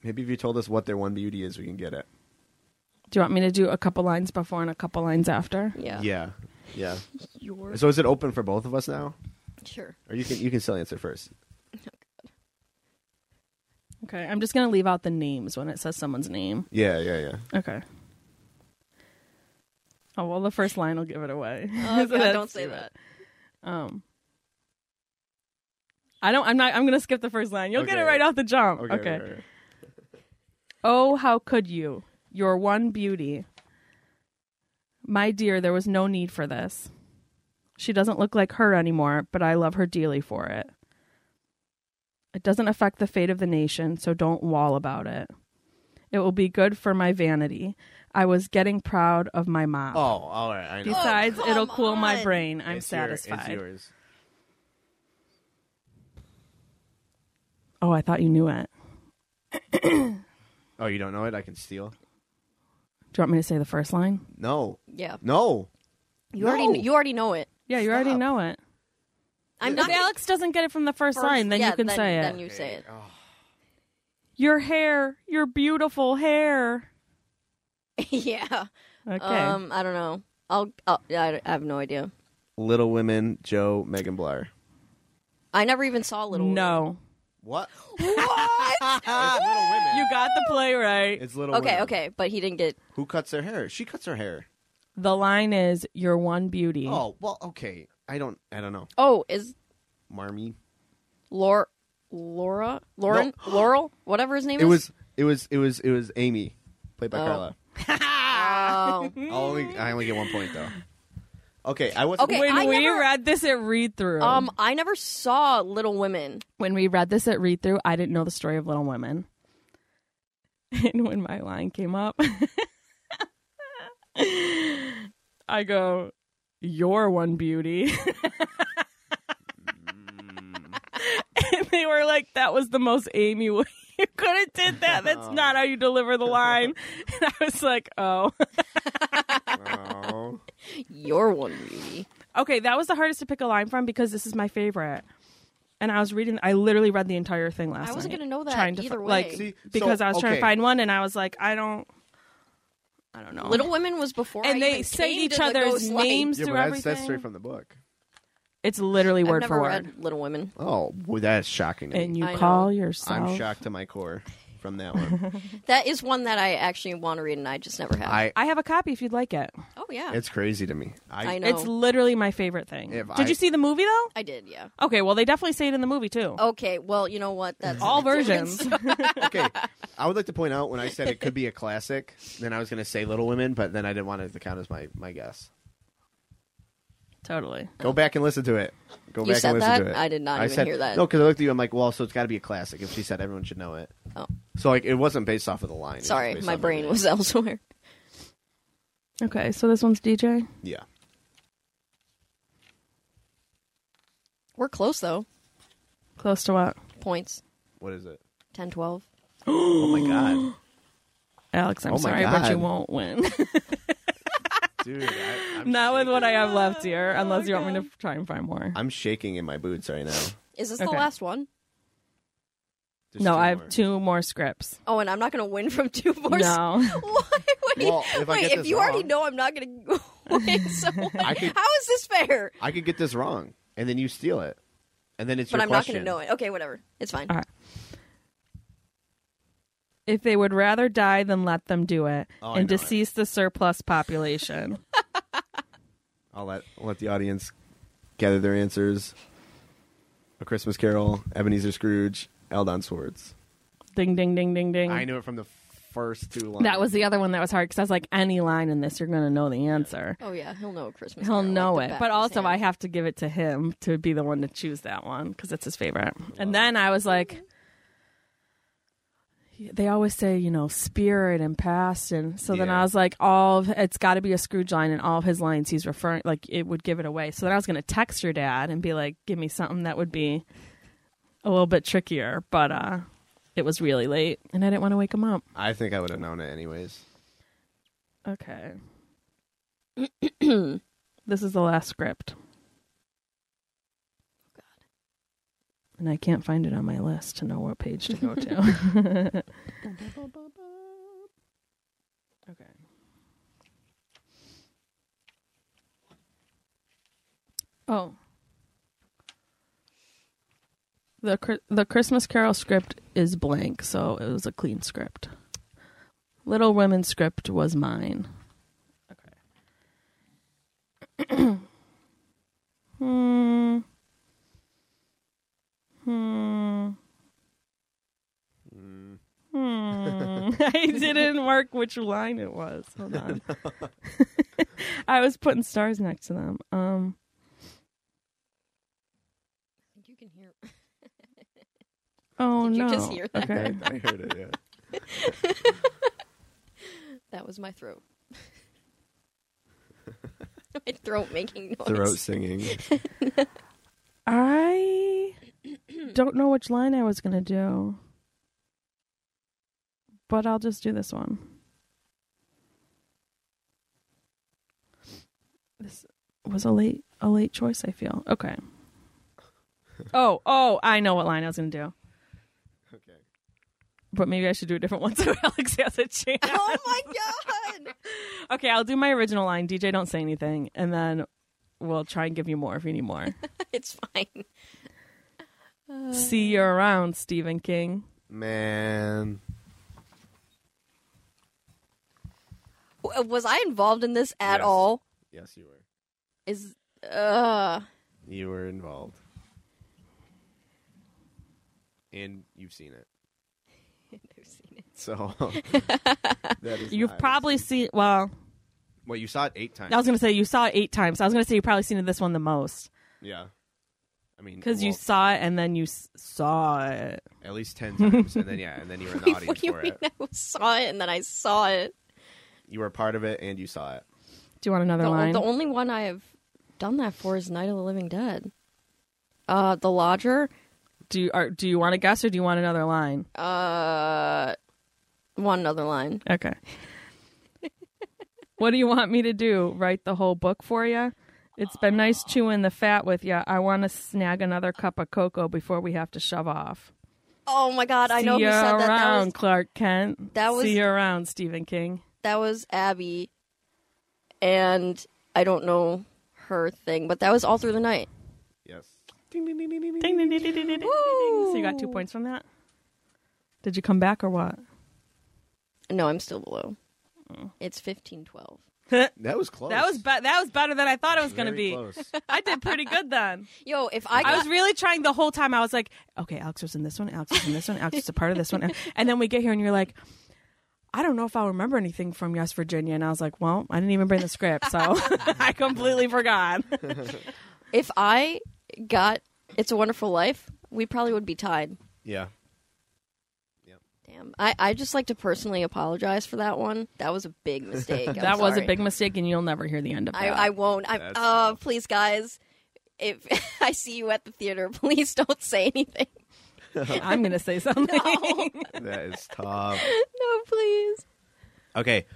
Maybe if you told us what their one beauty is, we can get it. Do you want me to do a couple lines before and a couple lines after? Yeah. Yeah. Yeah. Your So is it open for both of us now? sure. Or you can you can still answer first. Okay, I'm just going to leave out the names when it says someone's name. Yeah, yeah, yeah. Okay. Oh, well, the first line will give it away. Oh, So God, that's don't say too bad. that. Um, I don't. I'm not. I'm gonna skip the first line. You'll get it Okay. right off the jump. Okay. right, right, right. Oh, how could you? Your one beauty. My dear, there was no need for this. She doesn't look like her anymore, but I love her dearly for it. It doesn't affect the fate of the nation, so don't wall about it. It will be good for my vanity. I was getting proud of my mop. Oh, all right. I know. Besides, Oh, come it'll cool my on. brain. I'm It's your- satisfied. it's yours. Oh, I thought you knew it. Oh, you don't know it? I can steal. Do you want me to say the first line? No. Yeah. No. You already you already know it. Yeah, you already Stop. know it. I'm If not Alex doesn't get it from the first, first- line, then yeah, you can then, say it. Then you say it. Your hair, your beautiful hair. yeah. Okay. Um, I don't know. I'll, I'll I, I have no idea. Little Women, Joe, Megan Blair. I never even saw Little no. What? Women. What? it's Little Women. You got the play right. It's Little okay, Women. okay, but he didn't get Who cuts their hair? She cuts her hair. The line is your one beauty. Oh, well, okay. I don't I don't know. Oh, is Marmy. Laura Laura Lauren Laurel, whatever his name It is. was it was it was it was Amy played by Oh. Carla. Oh. I only I only get one point though. Okay, I wasn't Okay, when I we never- read this at read through, um, I never saw Little Women. when we read this at read through, I didn't know the story of Little Women. And when my line came up, I go, You're one beauty. and they were like, That was the most Amy way. You could have did that. That's not how you deliver the line. And I was like, oh. Oh. Your one beauty. Okay, that was the hardest to pick a line from because this is my favorite. And I was reading. I literally read the entire thing last night. I wasn't gonna know that trying to either fi- way. like See, because so, I was trying okay. to find one, and I was like, I don't, I don't know. Oh. Little Women was before. I and even they say came each to the other's Ghost Light. names Yeah, but through that's, everything. that's straight from the book. it's literally I've word never for read word. Little Women. Oh, boy, that's shocking. to me. And you I know. call yourself. I'm shocked to my core from that one. That is one that I actually want to read, and I just never have. I I have a copy if you'd like it. oh yeah, it's crazy to me. I, I know. It's literally my favorite thing. If Did I- you see the movie though? I did, yeah. Okay, well they definitely say it in the movie too. Okay, well, you know what? That's All versions. okay. I would like to point out when I said it could be a classic, then I was going to say Little Women, but then I didn't want it to count as my my guess. totally. Go back and listen to it. Go Oh. You back said and listen that? to it. I did not I even said, hear that. No, because I looked at you. I'm like, well, so it's got to be a classic. If she said everyone should know it, Oh. so like it wasn't based off of the line. It was Sorry, based my off of brain it. was elsewhere. Okay, so this one's DJ. Yeah. We're close though. Close to what? Points What is it? 10, 12. Oh my god, Alex, I'm Oh my sorry, but you God. won't win. dude! I, I'm, Not with what I have left here, unless you want me to try and find more. I'm shaking in my boots right now. Just Is this the Okay. last one? no, I have more. two more scripts. Oh, and I'm not going to win from two more. No. Why? Wait, Well, if I wait, get if this you already wrong- know I'm not going to win, so I could- how is this fair? I could get this wrong, and then you steal it, and then it's But your I'm question. not going to know it. Okay, whatever. It's fine. All right. If they would rather die than let them do it Oh, I and know it. decease the surplus population. I'll let I'll let the audience gather their answers. A Christmas Carol, Ebenezer Scrooge, Eldon Swords. ding, ding, ding, ding, ding. I knew it from the first two lines. That was the other one that was hard because I was like, any line in this, you're going to know the answer. Oh, yeah, he'll know Christmas. He'll Carol, like know the it. back But of his also, I hand. have to give it to him to be the one to choose that one because it's his favorite. And then I was like, they always say, you know, spirit and past. And so then Yeah. I was like, all of, it's got to be a Scrooge line and all of his lines he's referring, like, it would give it away. So then I was going to text your dad and be like, give me something that would be a little bit trickier. But uh it was really late and I didn't want to wake him up. I think I would have known it anyways. Okay. this is the last script. and I can't find it on my list to know what page to go to. okay. Oh. The Chri- the Christmas Carol script is blank, so it was a clean script. Little Women script was mine. Okay. hmm. Hmm. Hmm. I didn't mark which line it was. Hold on. I was putting stars next to them. Um. You can hear. Oh Did no. you just hear that? Okay. I heard it. Yeah. That was my throat. my throat making noise. Throat singing. I don't know which line I was gonna do, but I'll just do this one. This was a late a late choice. I feel okay. Oh oh, I know what line I was gonna do, Okay. but maybe I should do a different one so Alex has a chance. Oh my god! Okay, I'll do my original line. DJ, don't say anything, and then we'll try and give you more if you need more. it's fine. See you around, Stephen King. Man. W- Was I involved in this at Yes. all? Yes, you were. Is uh You were involved. And you've seen it. I've seen it. So that is You've not- probably seen. Well, Well, you saw it eight times. I was gonna say you saw it eight times. I was gonna say you probably seen this one the most yeah. I mean, because you well, saw it and then you s- saw it. at least ten times, and then yeah, and then you were in the what audience do you for mean? it. I saw it and then I saw it. You were a part of it, and you saw it. Do you want another The, line? the only one I have done that for is Night of the Living Dead. Uh, The Lodger. do you are, do you want to guess or do you want another line? Uh, one other line. Okay. what do you want me to do? Write the whole book for you? It's been nice chewing the fat with you. I want to snag another cup of cocoa before we have to shove off. Oh my god! I know See who you said that. That around, was Clark Kent. That was- See you around, Stephen King. that was Abby, and I don't know her thing, but that was all through the night. Yes. Ding, ding, ding, ding, ding, ding, ding, ding. So you got two Woo. points from that. Did you come back or what? No, I'm still below. Hmm. It's fifteen twelve. That was close. That was be- that was better than I thought it was going to Very be. close. I did pretty good then. Yo, if I got I was really trying the whole time. I was like, okay, Alex was in this one, Alex was in this one, Alex was a part of this one, and then we get here and you're like, I don't know if I'll remember anything from Yes Virginia, and I was like, well, I didn't even bring the script, so I completely forgot. if I got It's a Wonderful Life, we probably would be tied. Yeah. Damn. I, I just like to personally apologize for that one. That was a big mistake. I'm that was a sorry. big mistake, and you'll never hear the end of I, that. I won't. I That's uh, rough. please guys, if I see you at the theater, please don't say anything. am going to say something. Oh. That is tough. No, please. Okay.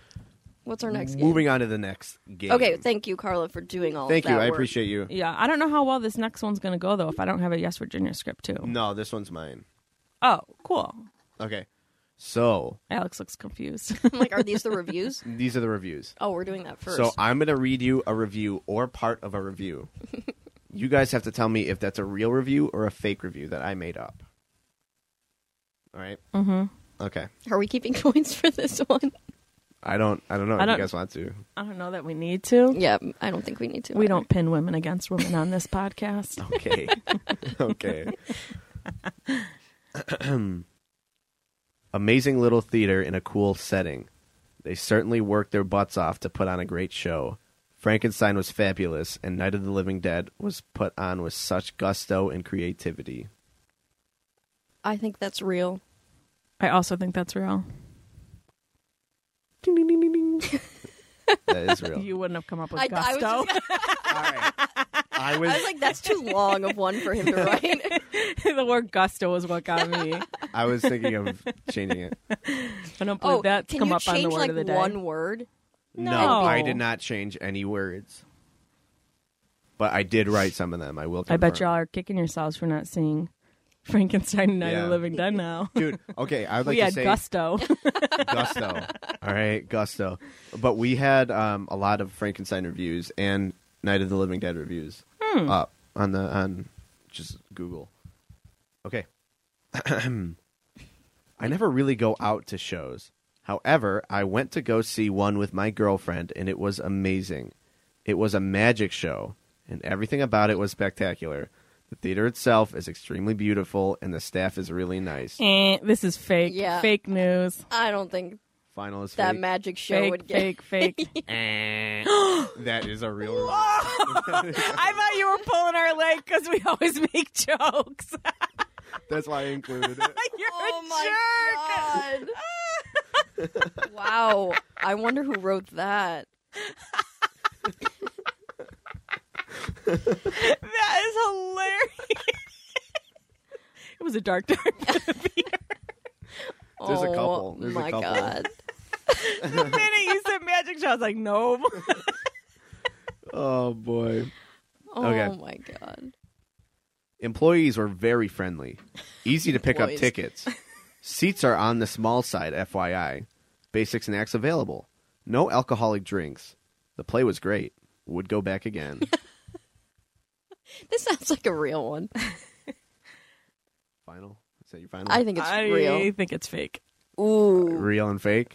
What's our next game? Moving on to the next game. Okay, thank you, Carla, for doing all Mm. Thank of you. that. I work. appreciate you. Yeah, I don't know how well this next one's going to go though if I don't have a Yes Virginia script too. No, this one's mine. Oh, cool. Okay. So Alex looks confused. I'm like, are these the reviews? these are the reviews. Oh, we're doing that first. So I'm going to read you a review or part of a review. you guys have to tell me if that's a real review or a fake review that I made up. All right. Mhm. Okay. are we keeping points for this one? I don't. I don't know. I if don't- you guys want to? I don't know that we need to. Yeah, I don't think we need to. We don't pin women against women on this podcast. Okay. okay. Amazing little theater in a cool setting. They certainly worked their butts off to put on a great show. Frankenstein was fabulous, and Night of the Living Dead was put on with such gusto and creativity. I think that's real. I also think that's real. Ding, ding, ding, ding, ding. that is real. You wouldn't have come up with I, I was gusto. just- All right. I was I was like, that's too long of one for him to write. the word gusto was what got me. I I was thinking of changing it. don't believe oh, that's can come you up on change the word like of the day. one word? No. No. I did not change any words. But I did write some of them. I will. I bet confirm. y'all are kicking yourselves for not seeing Frankenstein and Night of Yeah. the Living Dead now. dude. Okay, I would like we to had say gusto. gusto. All right, gusto. But we had um, a lot of Frankenstein reviews and Night of the Living Dead reviews up on the on just Google. Okay. I never really go out to shows. However, I went to go see one with my girlfriend and it was amazing. It was a magic show and everything about it was spectacular. The theater itself is extremely beautiful and the staff is really nice. Eh, this is fake. Yeah. Fake news. I don't think Final is that fake. magic show Fake, would get. fake, fake. that is a real review. I thought you were pulling our leg because we always make jokes. That's why I included it. You're Oh a jerk. my god! wow, I wonder who wrote that. That is hilarious. it was a dark, dark movie. There's a oh, couple. There's a my couple. god! the minute you said magic show, I was like, no. Oh boy. Oh Okay. my god! Employees were very friendly. Easy to pick up Employees. tickets. Seats are on the small side, FYI. Basic snacks available. No alcoholic drinks. The play was great. Would go back again. This sounds like a real one. final? Is that your final? I think it's I real. think it's fake. Ooh, real and fake.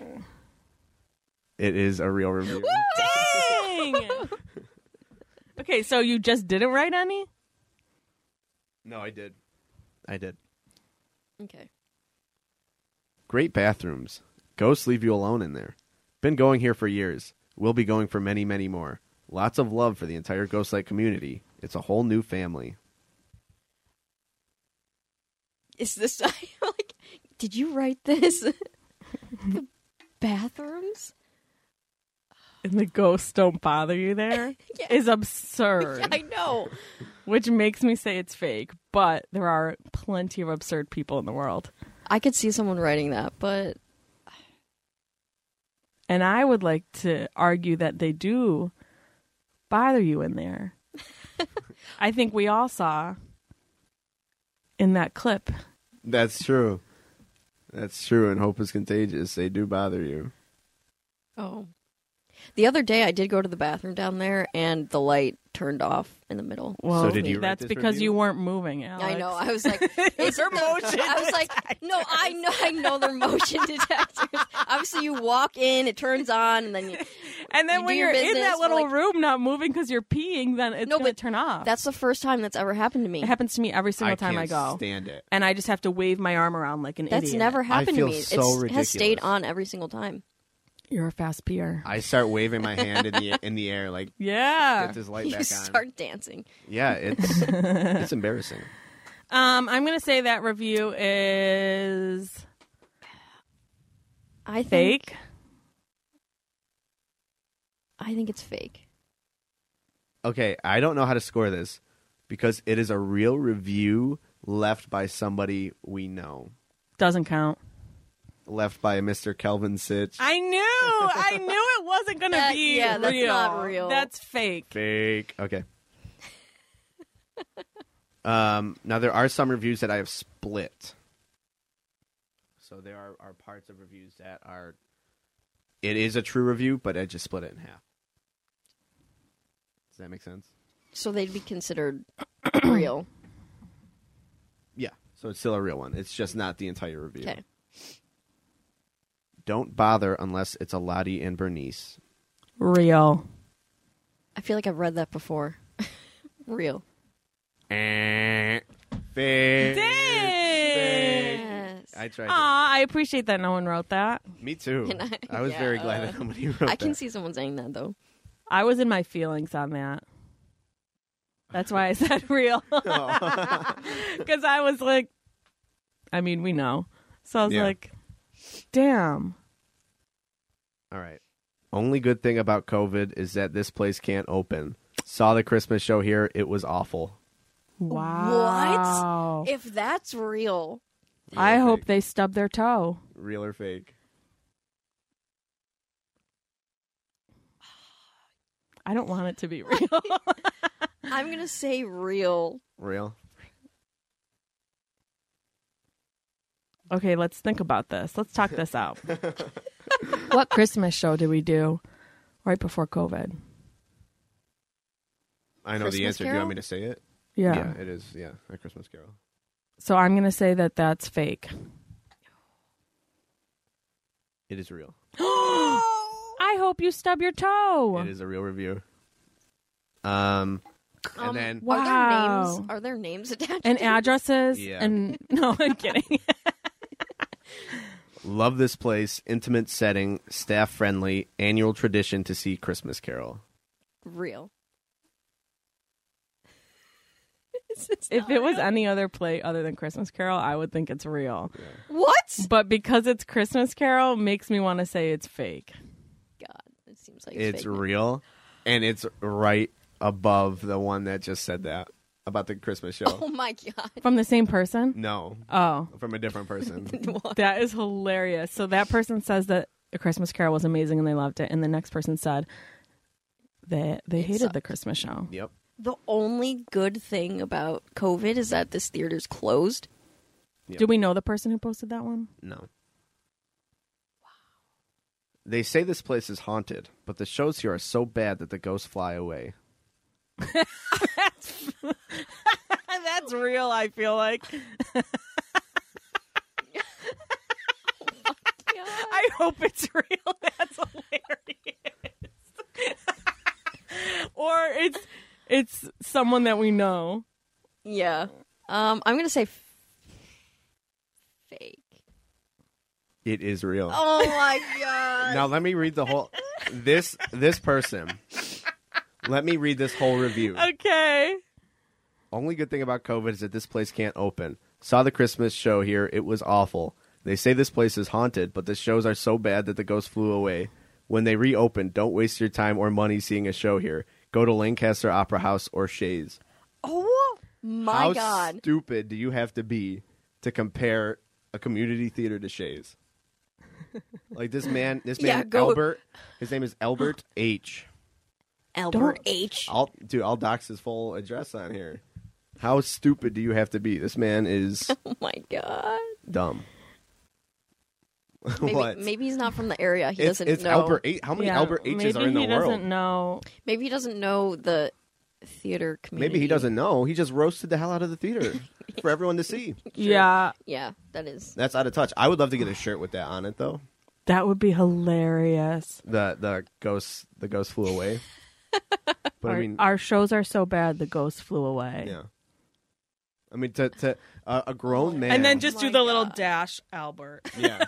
It is a real review. Dang. okay, so you just didn't write any? no, I did. I did. okay. Great bathrooms. Ghosts leave you alone in there. Been going here for years. We'll be going for many, many more. Lots of love for the entire Ghostlight community. It's a whole new family. Is this like? Did you write this? the bathrooms? And the ghosts don't bother you there? Yeah. Is absurd. Yeah, I know. Which makes me say it's fake, but there are plenty of absurd people in the world. I could see someone writing that, but And I would like to argue that they do bother you in there. I think we all saw in that clip. That's true. That's true. And hope is contagious. They do bother you. Oh. The other day I did go to the bathroom down there and the light turned off in the middle. Well, did you write that's this because review? you weren't moving, Alex. I know. I was like, is it motion? I was like, no, I know, I know they're motion detectors. Obviously, you walk in, it turns on, and then you, And then You when do you're your in business, that we're little like- room not moving because you're peeing, then it's No, going to but turn off. that's the first time that's ever happened to me. it happens to me every single time can't I go. stand it. and I just have to wave my arm around like an That's idiot. never happened feel to me. so it's, it has stayed ridiculous. on every single time. You're a fast peer. I start waving my hand in the in the air like Yeah. get this light You back on. start dancing. Yeah, it's it's embarrassing. Um, I'm going to say that review is I think, fake. I think it's fake. Okay, I don't know how to score this because it is a real review left by somebody we know. Doesn't count. Left by Mr. Kelvin Sitch. I knew. I knew it wasn't going to That- be yeah, that's real. not real. That's fake. Fake. Okay. um, now there are some reviews that I have split. So there are, are parts of reviews that are it is a true review, but I just split it in half. Does that make sense? So they'd be considered real. Yeah. So it's still a real one. It's just not the entire review. Okay. Don't bother unless it's a Lottie and Bernice. Real. I feel like I've read that before. real. Eh. Fake. Fake. Yes. I tried. Aw, to- I appreciate that no one wrote that. Me too. And I- I was yeah, very glad uh, that somebody wrote I can that. see someone saying that though. I was in my feelings on that. That's why I said real. Oh. Because I was like, I mean, we know. So I was Yeah. like, damn. All right. Only good thing about COVID is that this place can't open. Saw the Christmas show here. It was awful. Wow. If that's real, I Real or hope fake? they stub their toe. Real or fake? I don't want it to be real. I'm gonna say real. Real. Okay, let's think about this. Let's talk this out. what Christmas show did we do right before COVID? I know the Christmas answer. Do you Carol? want me to say it? Yeah. it is. Yeah, a Christmas Carol. So I'm going to say that that's fake. It is real. I hope you stub your toe. It is a real review. Um, and Um, then Are there Wow. names? Are there names attached? and to- addresses Yeah. and no, I'm kidding. love this place, intimate setting, staff friendly, annual tradition to see Christmas Carol. real. if it was any other play other than Christmas Carol, I would think it's real. What? But because it's Christmas Carol, makes me want to say it's fake. God, it seems like it's, It's fake. real, and it's right above the one that just said that about the Christmas show. Oh my god. From the same person? No, Oh, from a different person. that is hilarious. So that person says that A Christmas Carol was amazing and they loved it, and the next person said that they hated the Christmas show. yep. The only good thing about COVID is that this theater's closed. Do we know the person who posted that one? No. Wow. They say this place is haunted, but the shows here are so bad that the ghosts fly away. That's real. I feel like I hope it's real. That's hilarious. or it's it's someone that we know. Yeah. Um, I'm gonna say f- fake. It is real. Oh my god. Now let me read the whole this this person. Let me read this whole review. Okay. Only good thing about COVID is that this place can't open. Saw the Christmas show here. It was awful. They say this place is haunted, but the shows are so bad that the ghosts flew away. When they reopen, don't waste your time or money seeing a show here. Go to Lancaster Opera House or Shays. oh my How god. stupid do you have to be to compare a community theater to Shays? like this man, this man Yeah, go- Albert. His name is Albert H. Albert H. I'll dude, I'll dox his full address on here. How stupid do you have to be? This man is Oh my god. dumb. Maybe, what? maybe he's not from the area. He it's doesn't it's know. Albert H. How many Yeah, Albert H's maybe are in the he world? doesn't know. Maybe he doesn't know the theater community. Maybe he doesn't know. He just roasted the hell out of the theater for everyone to see. Yeah, Yeah, that is. That's out of touch. I would love to get a shirt with that on it though. that would be hilarious. The the ghost the ghost flew away. But our, I mean, our shows are so bad, the ghosts flew away. yeah. I mean, to to uh, a grown man, And then just Oh do my the little God. dash, Albert. yeah,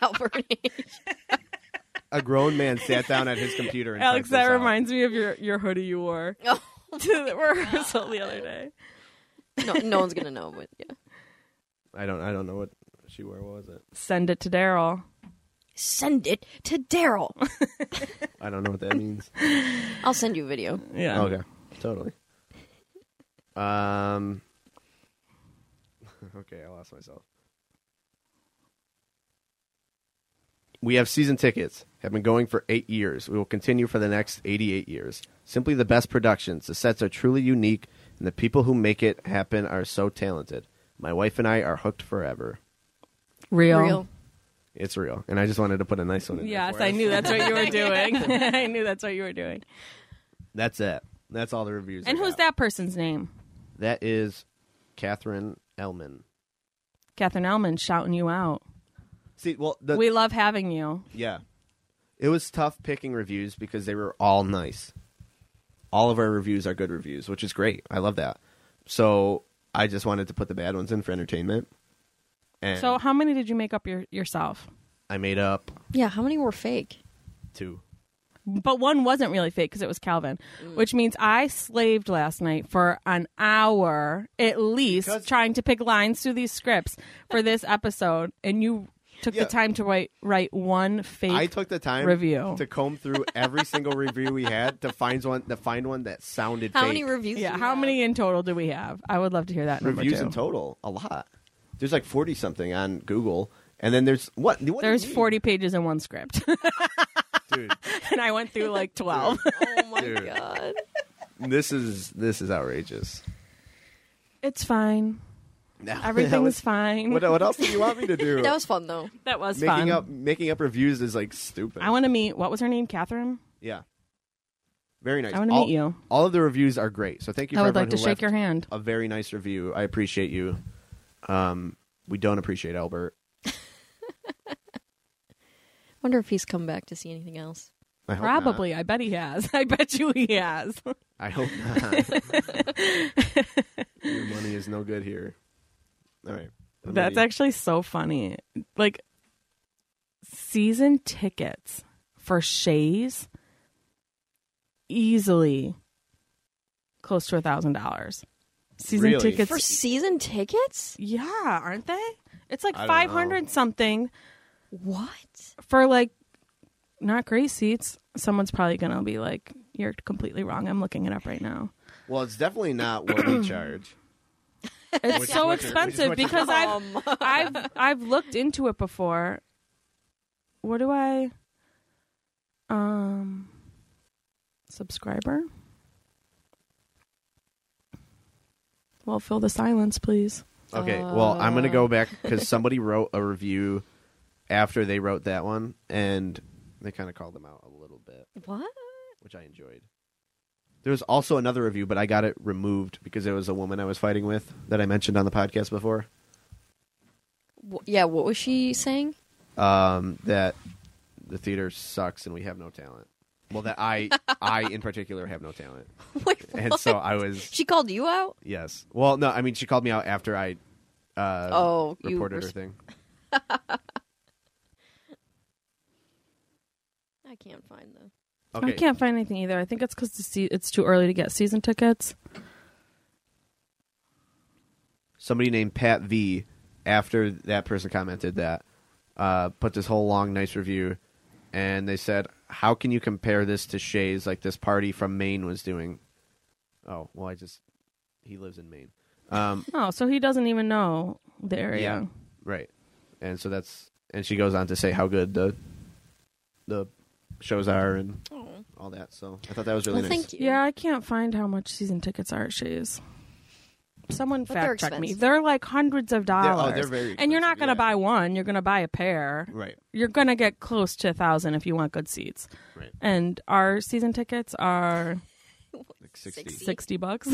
Albert H. a grown man sat down at his computer. and Alex, typed this that out. reminds me of your, your hoodie you wore Oh, to the rehearsal the other day. no, no one's gonna know, but yeah. I don't I don't know what she wore. What was it? Send it to Daryl. Send it to Daryl. I don't know what that means. I'll send you a video. Yeah. Okay, totally. Um. Okay, I lost myself. We have season tickets. Have been going for eight years. We will continue for the next eighty-eight years. Simply the best productions. The sets are truly unique, and the people who make it happen are so talented. My wife and I are hooked forever. Real. Real. It's real, and I just wanted to put a nice one in. there Yes, for I us. knew that's what you were doing. I knew that's what you were doing. That's it. That's all the reviews. And I who's got. that person's name? That is Catherine Elman. Catherine Ellman shouting you out. See, well, the, we love having you. Yeah. It was tough picking reviews because they were all nice. All of our reviews are good reviews, which is great. I love that. So I just wanted to put the bad ones in for entertainment. And So, how many did you make up your, yourself? I made up Yeah. How many were fake? two. But one wasn't really fake because it was Calvin, Mm. which means I slaved last night for an hour at least Because- trying to pick lines through these scripts for this episode, and you took Yeah. the time to write write one fake. I took the time Review. to comb through every single review we had to find one to find one that sounded How fake. many reviews? do yeah, you how have? many in total do we have? I would love to hear that number reviews too. in total? A lot. There's like forty something on Google, and then there's what? what do you There's mean? 40 pages in one script, dude. and I went through like 12. Oh my Dude. god. This is this is outrageous. It's fine. That- that Everything's was- fine. What, what else do you want me to do? That was fun though. that was making fun. up making up reviews is like stupid. I want to meet. What was her name? Catherine. yeah, very nice. I wanna All- meet you. All of the reviews are great, so thank you. I for would like everyone to who shake left your hand. A very nice review. I appreciate you. Um, we don't appreciate Albert. Wonder if he's come back to see anything else. I hope not. Probably. I bet he has. I bet you he has. I hope not. Your money is no good here. All right. I'm That's ready. actually so funny. Like season tickets for Shays easily close to a thousand dollars. Season Really? tickets For season tickets? Yeah, aren't they? It's like I don't know. five hundred something What? for like not great seats. Someone's probably gonna be like, You're completely wrong. I'm looking it up right now. Well, it's definitely not what we charge. It's Which is so what you're- which is expensive what you're- because I've Um, I've I've looked into it before. What do I um subscriber? Well, fill the silence, please. Okay. Well, I'm going to Oh. go back because somebody wrote a review after they wrote that one, and they kind of called them out a little bit, what? which I enjoyed. There was also another review, but I got it removed because it was a woman I was fighting with that I mentioned on the podcast before. Wh- Yeah, what was she saying? um, that the theater sucks and we have no talent. Well, that I I in particular have no talent, Wait, and what? so I was She called you out? yes. Well, no, I mean she called me out after I uh, oh, you reported res- her thing. I can't find the Okay, I can't find anything either. I think it's because se- it's too early to get season tickets. somebody named Pat V after that person commented that uh, put this whole long nice review, and they said, "How can you compare this to Shays like this party from Maine was doing?" Oh well, I just he lives in Maine. Um, Oh, so he doesn't even know the area. Right. And so that's and she goes on to say how good the the shows are and Oh. all that. So I thought that was really well, nice. thank you. Yeah. I can't find how much season tickets are at Shays. Someone But they're fact check me. expensive. They're like hundreds of oh, they're dollars. very and you're not expensive, going to yeah. buy one. You're going to buy a pair. Right. you're gonna get close to a thousand if you want good seats. Right. And our season tickets are Like 60. Sixty. sixty bucks.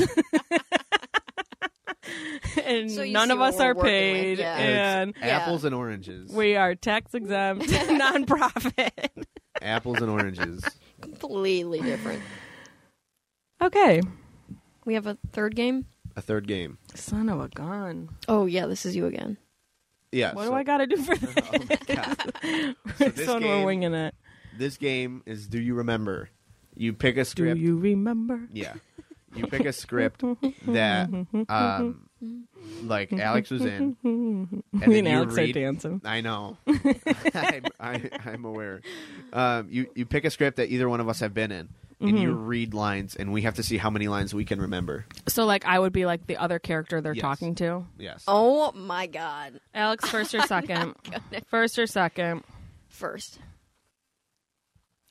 and So you none see of what us we're are working with, paid yeah. and It's apples and oranges. we are tax exempt nonprofit. Apples and oranges. Completely different. Okay. We have a third game? A third game. Son of a gun. Oh, yeah, this is you again. Yeah. What Uh, so, do I gotta do for that? Oh my God. So this, so game, we're winging it. this game is do you remember? You pick a Do script. you remember? Yeah. You pick a script that um like Alex was in. And then Me and you Alex are read, dancing. I know. I'm, I, I'm aware. Um, you you pick a script that either one of us have been in, and you Mm-hmm. read lines, and we have to see how many lines we can remember. So like I would be like the other character they're Yes. talking to. Yes. Oh, my God. Alex first or second. first or second. First.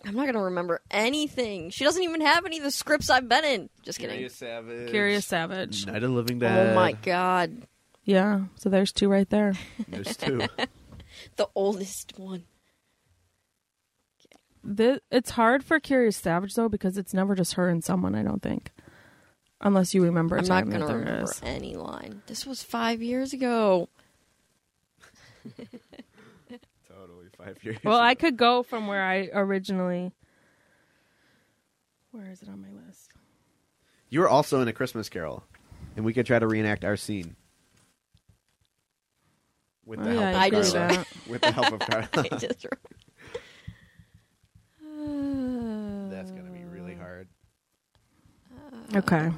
I'm not going to remember anything. She doesn't even have any of the scripts I've been in. Just kidding. Savage. Curious Savage. Night of Living Dead. Oh, my God. Yeah. So there's two right there. There's two. The oldest one. This, it's hard for Curious Savage though because it's never just her and someone. I don't think, unless you remember. a I'm not time going that to there remember is. any line. This was five years ago. totally five years. Well, I could go from where I originally. Where is it on my list? you were also in a Christmas Carol, and we could try to reenact our scene. With the Oh, yeah, help of I just- Carla. With the help of Carla. I just re- That's gonna be really hard. Uh, Okay. I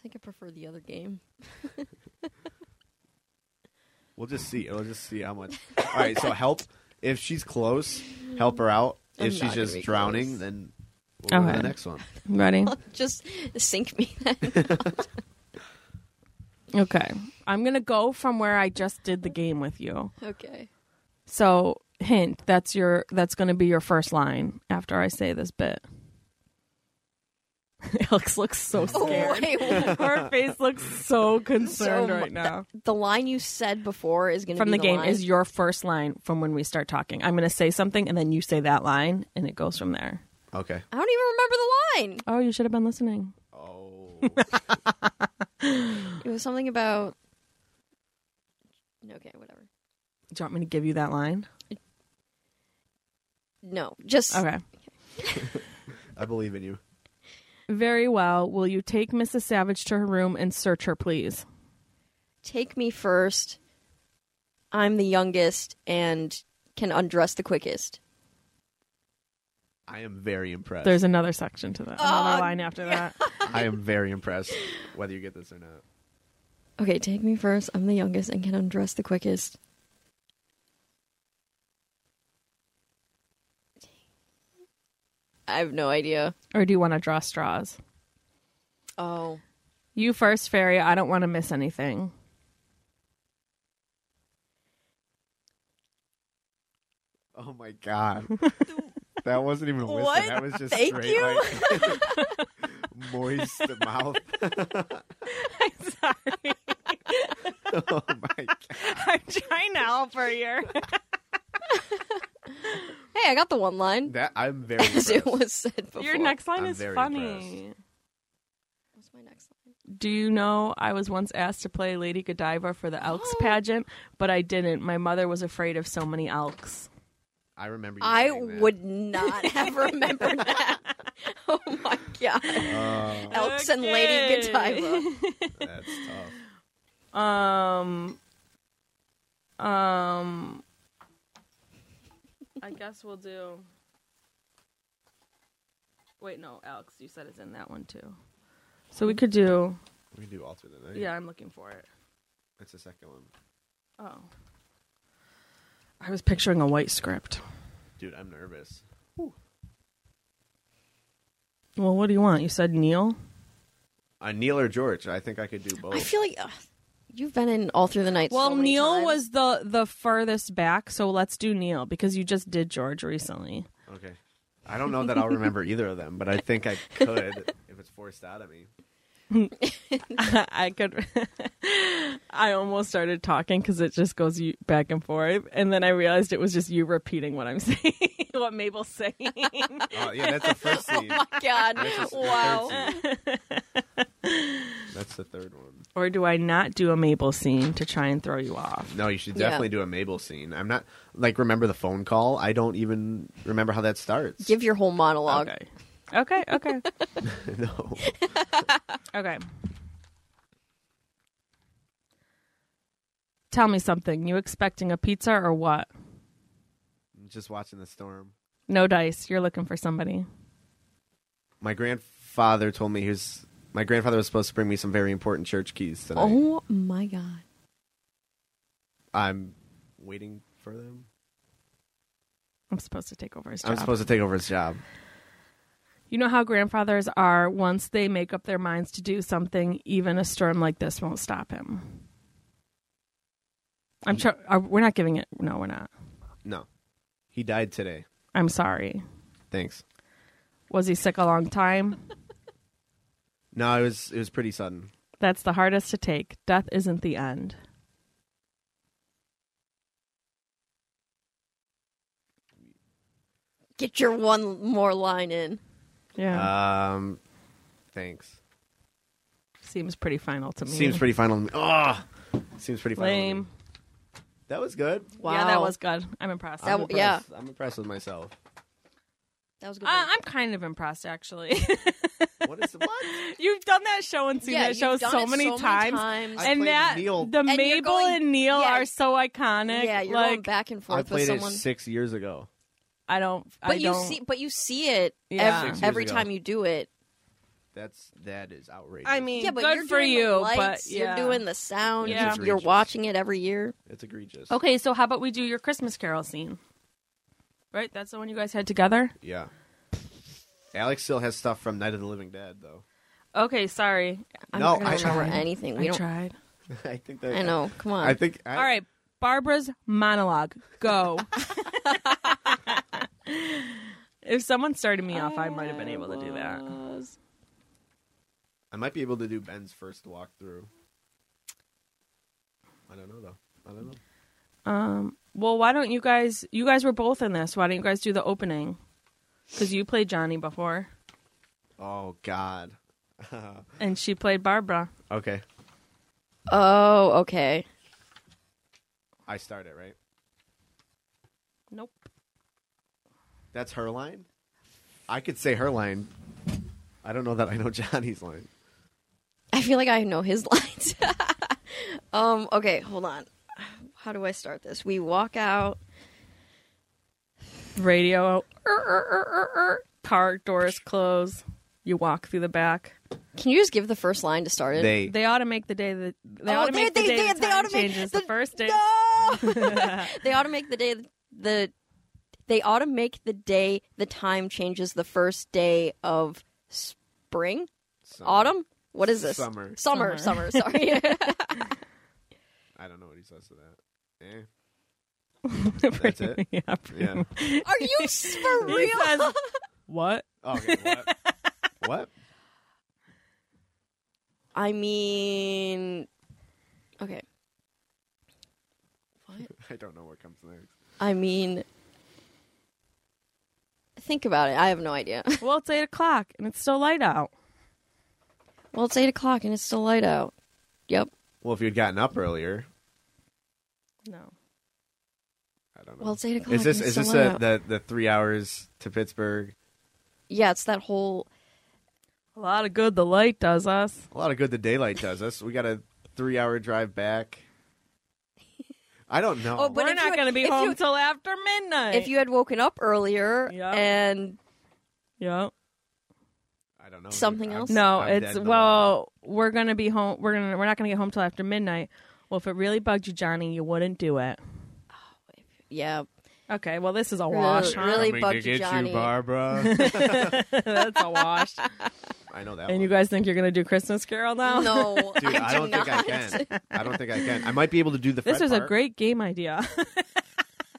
think I prefer the other game. We'll just see. We'll just see how much. All right. So help if she's close, help her out. I'm If not she's gonna just be drowning, close. then we'll go to Okay. the next one. Ready? Just sink me then. Okay. I'm gonna go from where I just did the game with you. Okay. So hint. That's your. That's gonna be your first line after I say this bit. Alex looks so Oh, scared. Wait, what? Her face looks so concerned So mu- right now. the line you said before is going to from be the game line. is your first line from when we start talking. I'm going to say something and then you say that line and it goes from there. Okay. I don't even remember Oh, you should have been listening. Oh. the line. It was something about. Okay, whatever. Do you want me to give you that line? No, just Okay. I believe in you. Very well. Will you take Mrs. Savage to her room and search her, please? take me first. I'm the youngest and can undress the quickest. I am very impressed. There's another section to that. Another line after that. I am very impressed whether you get this or not. Okay, take me first. I'm the youngest and can undress the quickest. I have no idea. Or do you want to draw straws? Oh. You first, Fairy. I don't want to miss anything. Oh my god. that wasn't even whistling. What? That was just Thank straight you. like moist mouth. I'm sorry. oh my god. I'm trying to help her here. Hey, I got the one line. That I'm very impressed. As it was said before. Your next line I'm is very funny. What's my next line? Do you know I was once asked to play Lady Godiva for the Elks pageant, but I didn't. My mother was afraid of so many elks. I remember you I saying that. would not have remembered that. Oh my god. Oh, Elks and Lady Okay. Godiva. that's tough. Um um I guess we'll do Wait, no, elks. You said it's in that one too. So we could do We can do alternate night. Yeah, I'm looking for it. That's the second one. Oh. I was picturing a white script. Dude, I'm nervous. Well, what do you want? You said Neil? Uh, Neil or George? I think I could do both. I feel like ugh, you've been in all through the night. so Well, many Neil times. was the the furthest back, so let's do Neil because you just did George recently. Okay. I don't know that I'll remember either of them, but I think I could if it's forced out of me. I could. I almost started talking because it just goes you- back and forth, and then I realized it was just you repeating what I'm saying, what Mabel's saying. Oh, yeah, that's the first scene. God. That's the wow. third scene. That's the third one. or do I not do a Mabel scene to try and throw you off? No, you should Yeah. definitely do a Mabel scene. I'm not like remember the phone call. I don't even remember how that starts. Give your whole monologue. Okay. Okay. Okay. no. Okay. Tell me something. You expecting a pizza or what? Just watching the storm. No dice. You're looking for somebody. My grandfather told me he was my grandfather was supposed to bring me some very important church keys tonight. Oh my god. I'm waiting for them. I'm supposed to take over his job. I'm supposed to take over his job. You know how grandfathers are once they make up their minds to do something, even a storm like this won't stop him. I'm sure are, we're not giving it. No, we're not. No. He died today. I'm sorry. Thanks. Was he sick a long time? No, it was it was pretty sudden. That's the hardest to take. Death isn't the end. Get your one more line in. Yeah, Um thanks. seems pretty final to me. Seems pretty final. Oh, seems pretty final. lame. That was good. Wow. Yeah, that was good. I'm impressed. That Uh, I'm w- yeah. impressed. I'm impressed with myself. That was a good. one. Uh, I'm kind of impressed, actually. What is what? you've done that show and seen yeah, that you've show done so it many so times. times. I and played that Neil. the And you're Mabel going- and Neil yeah. are so iconic. yeah, you're like going back and I forth with played someone. it six years ago. I don't. but I you don't, see, but you see it Yeah. every, Six years every ago. time you do it. That's that is outrageous. I mean, Yeah, but good you're for doing you. The lights, but yeah. you're doing the sound. Yeah. You're, you're watching it every year. it's egregious. Okay, so how about we do your Christmas Carol scene? Right, that's the one you guys had together. Yeah. Alex still has stuff from Night of the Living Dead, though. Okay, sorry, I'm No, not gonna I remember tried. anything. We I don't. tried. I think that I know. Come on. I think. I, All right, Barbara's monologue. Go. if someone started me off, I might have been able to do that. I might be able to do Ben's first walkthrough. I don't know though. I don't know. Um, well, why don't you guys? You guys were both in this. Why don't you guys do the opening? Because you played Johnny before, Oh God. and she played Barbara. Okay. Oh, okay. I start it right. Nope. That's her line. I could say her line. I don't know that I know Johnny's line. I feel like I know his lines. um, okay, hold on. How do I start this? We walk out. Radio. er, er, er, er, er. Car doors close. You walk through the back. Can you just give the first line to start it? They. They ought to make the day that they Oh, ought to make the day the they time oughta make changes the, first day. No! they ought to make the day the they ought to make the day the time changes the first day of spring, autumn. What is this? Summer. Summer. Summer. Sorry. I don't know what he says to that. Eh. That's it? yeah, pretty Yeah. much. Are you s- for He real? says, "What? Okay. What? what? I mean, okay. What? I don't know what comes next. I mean, think about it. I have no idea. Well, it's eight o'clock and it's still light out." well, it's eight o'clock and it's still light out. Yep. Well, if you'd gotten up earlier, No. I don't know. Well, it's eight o'clock. is this and is it's this still light the, out. the the three hours to Pittsburgh? Yeah, it's that whole. A lot of good the light does us. A lot of good the daylight does us. We got a three hour drive back. I don't know. Oh, but- We're if not you- going to be if home you- till after midnight. If you had woken up earlier Yeah. and yeah. I don't know. something I'm- else? No, I'm dead it's in the water. well, we're gonna be home. We're gonna we're not gonna get home till after midnight. Well, if it really bugged you, Johnny, you wouldn't do it. yeah, Okay, well, this is a wash. Really- Coming really bugged Johnny. Barbara. That's a wash. I know that. and one. you guys think you're gonna do Christmas Carol now? no, Dude, I, do don't not. think I can. I don't think I can. I might be able to do the. This Fred was a part. great game idea.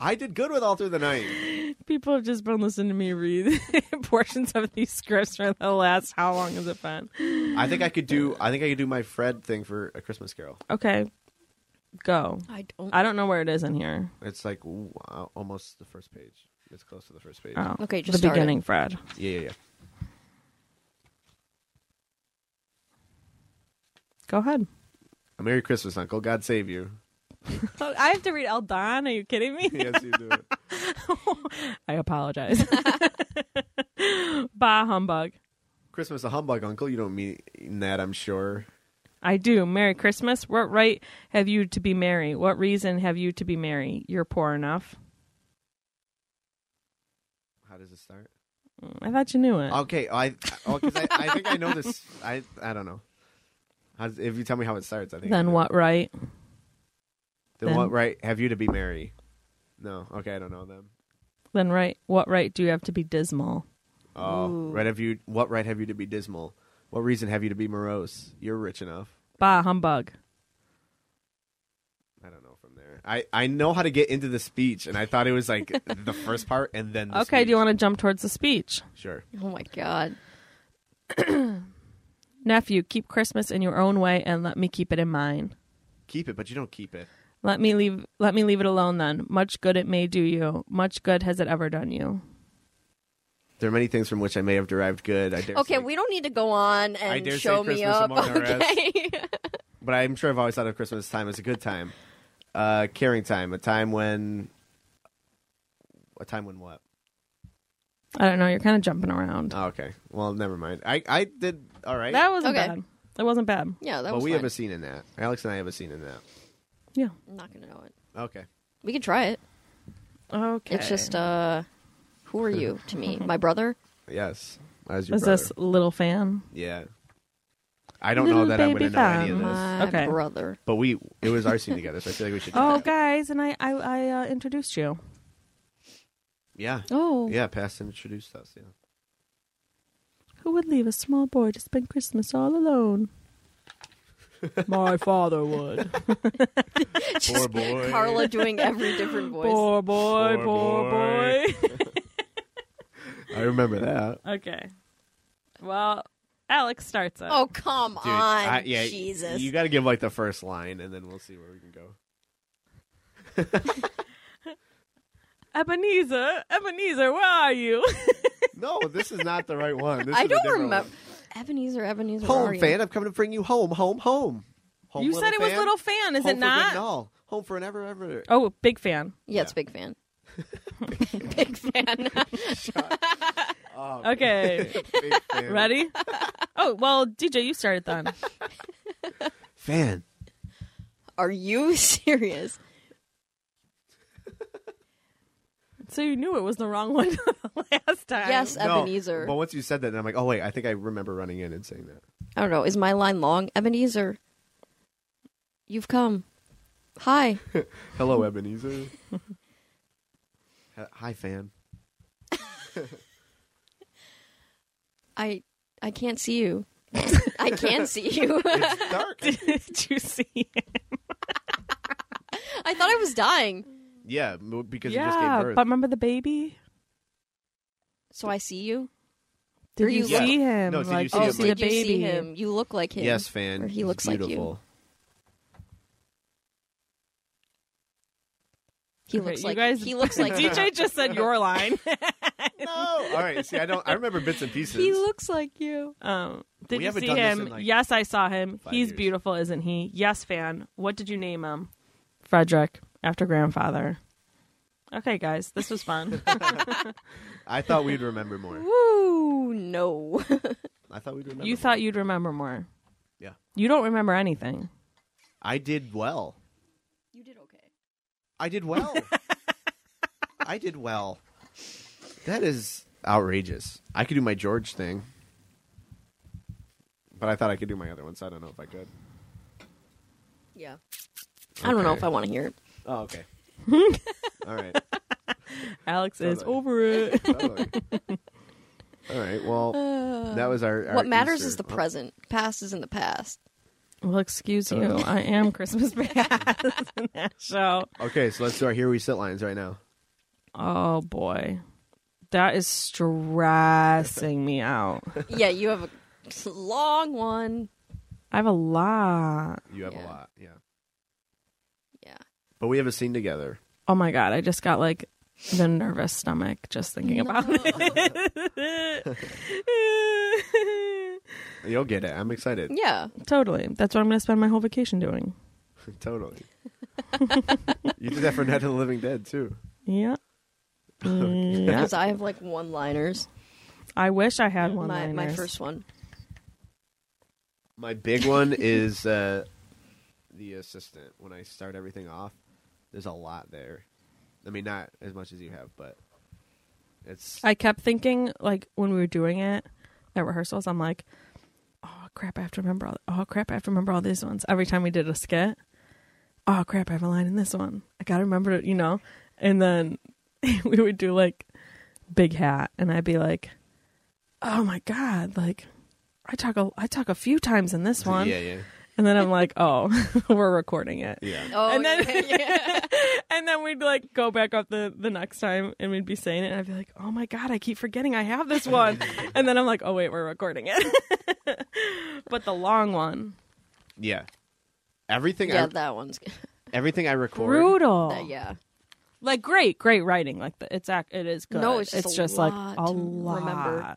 I did good with all through the night. People have just been listening to me read portions of these scripts for the last how long has it been? I think I could do. I think I could do my Fred thing for a Christmas Carol. Okay, go. I don't. I don't know where it is in here. It's like ooh, uh, almost the first page. It's close to the first page. Oh, Okay, just the start it. beginning, Fred. Yeah, yeah, yeah. Go ahead. A Merry Christmas, Uncle. God save you. I have to read El Don. Are you kidding me? yes, you do. I apologize. bah humbug. Christmas a humbug, Uncle. You don't mean that, I'm sure. I do. Merry Christmas. What right have you to be merry? What reason have you to be merry? You're poor enough. How does it start? Mm, I thought you knew it. Okay, I oh, 'cause I, I think I know this. I I don't know. How's, if you tell me how it starts, I think. I then know. what right? Then, then- what right have you to be merry? No. Okay, I don't know them. Then right? What right do you have to be dismal? Oh, Ooh. right. Have you? What right have you to be dismal? What reason have you to be morose? You're rich enough. Bah humbug. I don't know from there. I, I know how to get into the speech, and I thought it was like the first part and then. The okay, do you want to jump towards the speech? to? Sure. Oh my god. Nephew, keep Christmas in your own way and let me keep it in mine. Keep it, but you don't keep it. Let me leave let me leave it alone then. Much good it may do you. Much good has it ever done you. There are many things from which I may have derived good. I dare Okay, say- we don't need to go on and I dare say show me Christmas up. among the rest. Okay. but I'm sure I've always thought of Christmas time as a good time, uh, caring time, a time when, a time when what? I don't know, you're kinda jumping around. Oh, okay, well, never mind. I, I did all right. That wasn't Okay. bad. That wasn't bad. yeah, that well, was we fine. have a scene in that. Alex and I have a scene in that. Yeah. I'm not gonna know it. Okay, We can try it. Okay. It's just uh, who are you to me? My brother. yes. As your is brother. this little fan? Yeah. I don't Little know that I'm baby going to know any fam. of this. My Okay. brother. But we it was our scene together, so I feel like we should. try Oh, it. guys, and I I, I uh, introduced you. Yeah. Oh. Yeah, Paston introduced us. Yeah. Who would leave a small boy to spend Christmas all alone? My father would. Poor boy. Carla doing every different voice. poor boy, Poor poor boy. boy. I remember that. okay. Well, Alex starts it. Oh, come Dude, on. I- yeah, Jesus. You got to give like the first line, and then we'll see where we can go. Ebenezer, Ebenezer, where are you? No, this is not the right one. This I is a don't different remember. Ebenezer, Ebenezer. one. where are Home you? fan, I'm coming to bring you home, home, home. home you little said it was fan. little fan, is home it for not? good and all. Home for an ever, ever. Oh, big fan. Yeah, it's big fan. big fan. Oh, Okay. big fan. Ready? Oh, well, DJ, you started then. Fan. Are you serious? So you knew it was the wrong one last time. Yes, No, Ebenezer. But once you said that, and I'm like, oh wait, I think I remember running in and saying that. I don't know. Is my line long? Ebenezer, you've come. Hi. Hello, Ebenezer. H- Hi, fan. I I can't see you. I can see you. It's dark. Did you see it? I thought I was dying. yeah, m- because you just Yeah, gave birth. but remember the baby? So I see you. Did Or you, you look- see him? No, did you Like, see oh, him? see the did you baby. see him? You look like him. yes, fan. Or he He's looks like you. beautiful. He Okay, looks you like guys- he looks like you. DJ just said your line. No. Oh, All right. See, I don't. I remember bits and pieces. He looks like you. Um, did We you haven't see done this in, him? like, yes, I saw him. five He's years. beautiful, isn't he? Yes, fan. What did you name him? Frederick, after grandfather. Okay, guys, this was fun. I thought we'd remember more. Woo, no. I thought we'd remember. you more. thought you'd remember more. Yeah. You don't remember anything. I did well. you did okay. I did well. I did well. That is outrageous. I could do my George thing, but I thought I could do my other ones. I don't know if I could. Yeah. I don't know Okay. if I want to hear it. Oh, okay. All right. Alex is Totally. over it. Totally. All right. Well, that was our. our Uh, what matters Easter- is the Oh, present. Past is in the past. well, excuse you. Totally. I am Christmas past in that show. Okay, so let's do our here we sit lines right now. Oh boy, that is stressing me out. yeah, you have a long one. I have a lot. You have a Yeah. lot, yeah. Yeah. But we haven't seen together. Oh my god, I just got like the nervous stomach just thinking about it. You'll get it. I'm excited. Yeah. totally. That's what I'm going to spend my whole vacation doing. totally. you did that for Night of the Living Dead too. Yeah. yeah. Because I have like one liners. I wish I had one. My my first one. My big one is uh, the assistant. When I start everything off, there's a lot there. I mean, not as much as you have, but it's I kept thinking, like, when we were doing it at rehearsals, I'm like, oh, crap, I have to remember all, oh, crap, I have to remember all these ones. Every time we did a skit, oh, crap, I have a line in this one. I got to remember it, you know? And then we would do, like, Big Hat, and I'd be like, oh, my God, like, I talk a, I talk a few times in this one. Yeah, yeah, And then I'm like, oh, we're recording it. yeah. Oh, And then- yeah, yeah. And then we'd like go back up the the next time, and we'd be saying it, and I'd be like, "Oh my god, I keep forgetting I have this one," and then I'm like, "Oh wait, we're recording it." but the long one, Yeah. Everything yeah, I that one's good. everything I record. brutal. That- Uh, yeah. Like great, great writing. Like the, it's act, it is good. No, it's just a like lot a to lot. remember.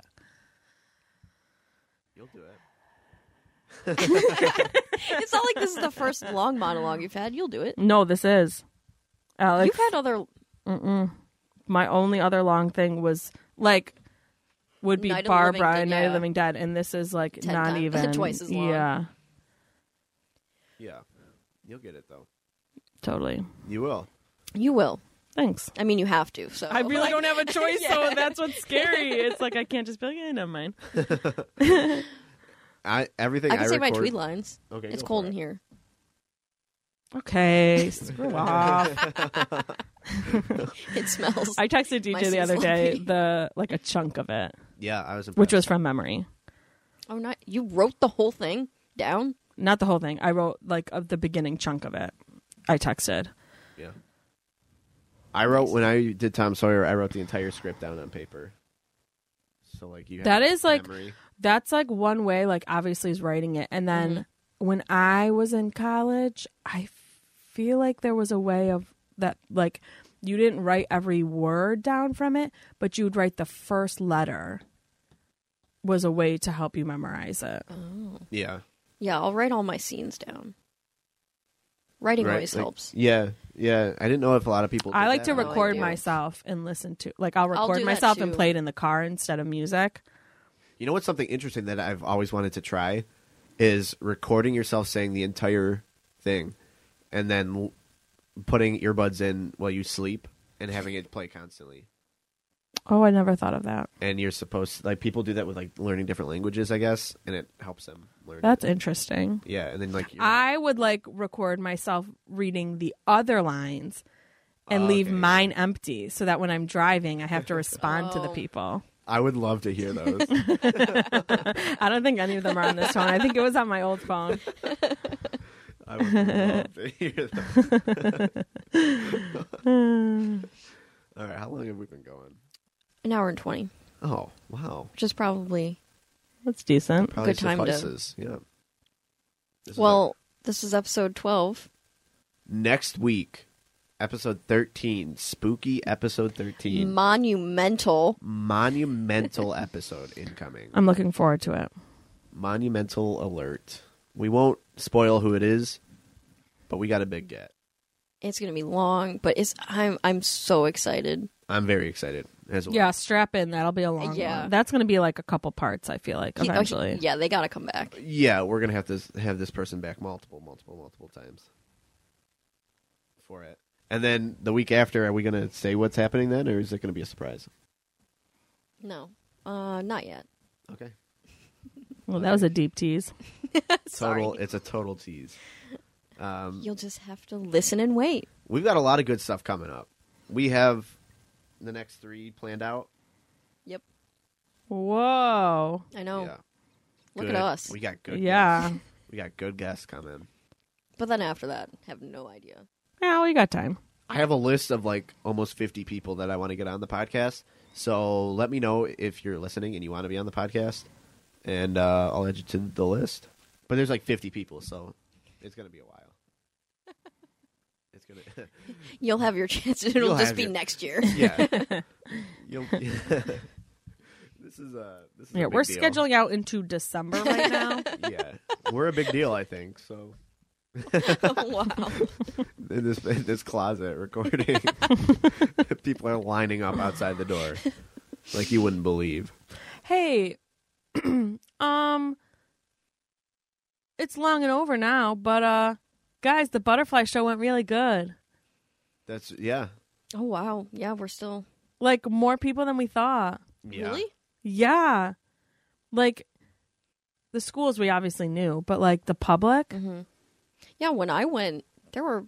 You'll do it. It's not like this is the first long monologue you've had. You'll do it. No, this is Alex. You've had other my only other long thing was like would be Night of the Living Barbara Dead, and Night of yeah. the Living Dead, and this is like Ten not times- even twice as long. Yeah, Yeah. You'll get it though. totally. You will. You will. Thanks. I mean, you have to. So I really Like, don't have a choice, so Yeah. that's what's scary. It's like I can't just be like, eh, never mind. I everything I can say my record- tweet lines. Okay, It's go cold for in it. here. Okay, screw off. It smells. I texted My DJ the other seasonal day pee. the like a chunk of it, Yeah, I was impressed. which was from memory, oh, not you wrote the whole thing down. not the whole thing. I wrote like of the beginning chunk of it. I texted. Yeah. I wrote when I did Tom Sawyer. I wrote the entire script down on paper. So like you. Have That is, like, memory. that's like one way like obviously is writing it and then Mm-hmm. when i was in college i feel like there was a way of that like you didn't write every word down from it but you'd write the first letter was a way to help you memorize it Yeah. Yeah, I'll write all my scenes down. Writing Right, always like- helps. Yeah. Yeah. I didn't know if a lot of people. i did like that. to like record you. myself and listen to like i'll Oh, I'll record do that myself and too. play it in the car instead of music You know what's something interesting that I've always wanted to try is recording yourself saying the entire thing, and then l- putting earbuds in while you sleep and having it play constantly. oh i never thought of that And you're supposed like people do that with like learning different languages, I guess, and it helps them learn. it. that's interesting yeah, and then like you're- I would like record myself reading the other lines and Oh, leave okay. mine empty so that when I'm driving I have to respond to the Oh. people. I would love to hear those. I don't think any of them are on this phone. I think it was on my old phone. I would love to hear those. All right, how long have we been going? An hour and 20, Oh wow, which is probably. That's decent. probably Good time to- suffices. Yeah. This is well, this is episode 12. next week, episode 13, spooky episode 13, Monumental. monumental episode incoming. I'm looking forward to it. Monumental alert. We won't spoil who it is, but we got a big get. It's going to be long, but it's I'm I'm so excited. I'm very excited as well. Yeah, strap in. That'll be a long Yeah. one. That's going to be like a couple parts, I feel like, He- oh, he- eventually. yeah, they got to come back. Yeah, we're going to have to s- have this person back multiple, multiple, multiple times for it. And then the week after, are we going to say what's happening then, or is it going to be a surprise? No. Uh not yet. Okay. Well, that was a deep tease. Sorry. Total. It's a total tease. Um, You'll just have to listen and wait. we've got a lot of good stuff coming up. We have the next three planned out. Yep. Whoa. I know. Yeah. Oh. Look Good. at us. We got good. yeah. guests. we got good guests coming. But then after that, have no idea. Yeah, we got time. I have a list of like almost fifty people that I want to get on the podcast. So let me know if you're listening and you want to be on the podcast, and uh, I'll add you to the list. But there's like fifty people, so it's gonna be a while. it's gonna. You'll have your chance. It'll You'll just have be your- next year. yeah. You'll, this is a. This is a Yeah, big we're deal. scheduling out into December right now. yeah, we're a big deal, I think. So Oh, wow. in this in this closet recording, people are lining up outside the door, like you wouldn't believe. hey um it's long and over now but uh guys the butterfly show went really good That's yeah, Oh wow. Yeah, we're still like more people than we thought yeah. Really? yeah like the schools we obviously knew but like the public Yeah, when I went, there were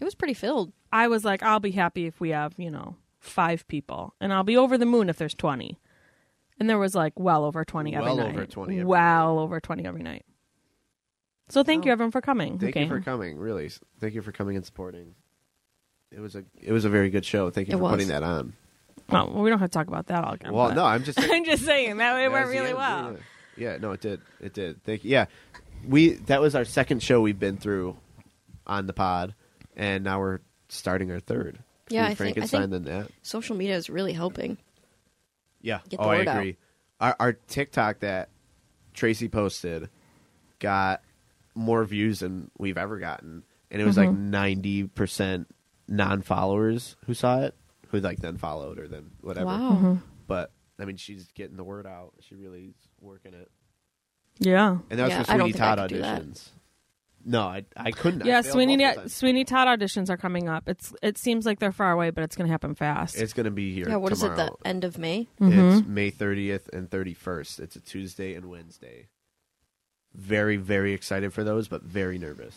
it was pretty filled. i was like i'll be happy if we have you know five people and i'll be over the moon if there's 20 and there was like well over 20 every Well night over 20 every well over 20 every night so thank Wow. you everyone for coming Thank okay. you for coming. Really, thank you for coming and supporting. It was a it was a very good show. Thank you It for was. putting that on. Well, we don't have to talk about that all again. well, but- no, I'm just I'm just saying that it That went was the really end. well. Yeah, yeah, no, it did. It did. Thank you. Yeah, we that was our second show we've been through on the pod, and now we're starting our third. Between Yeah, I think- I Frankenstein think- and that. Social media is really helping. Yeah. Get oh, the I word out. agree. Our, our TikTok that Tracy posted got more views than we've ever gotten, and it was like Mm-hmm. ninety percent non-followers who saw it, who like then followed or then whatever. Wow. But I mean, she's getting the word out. She really is working it. Yeah. And that was Yeah, for I don't Sweeney think I Todd could do that. auditions. No, I I couldn't. I Yeah, failed Sweeney multiple times. Sweeney Todd auditions are coming up. It's it seems like they're far away, but it's going to happen fast. It's gonna be here. Yeah, what is tomorrow. it? The end of May? Mm-hmm. It's May thirtieth and thirty first. It's a Tuesday and Wednesday. Very very excited for those, but very nervous.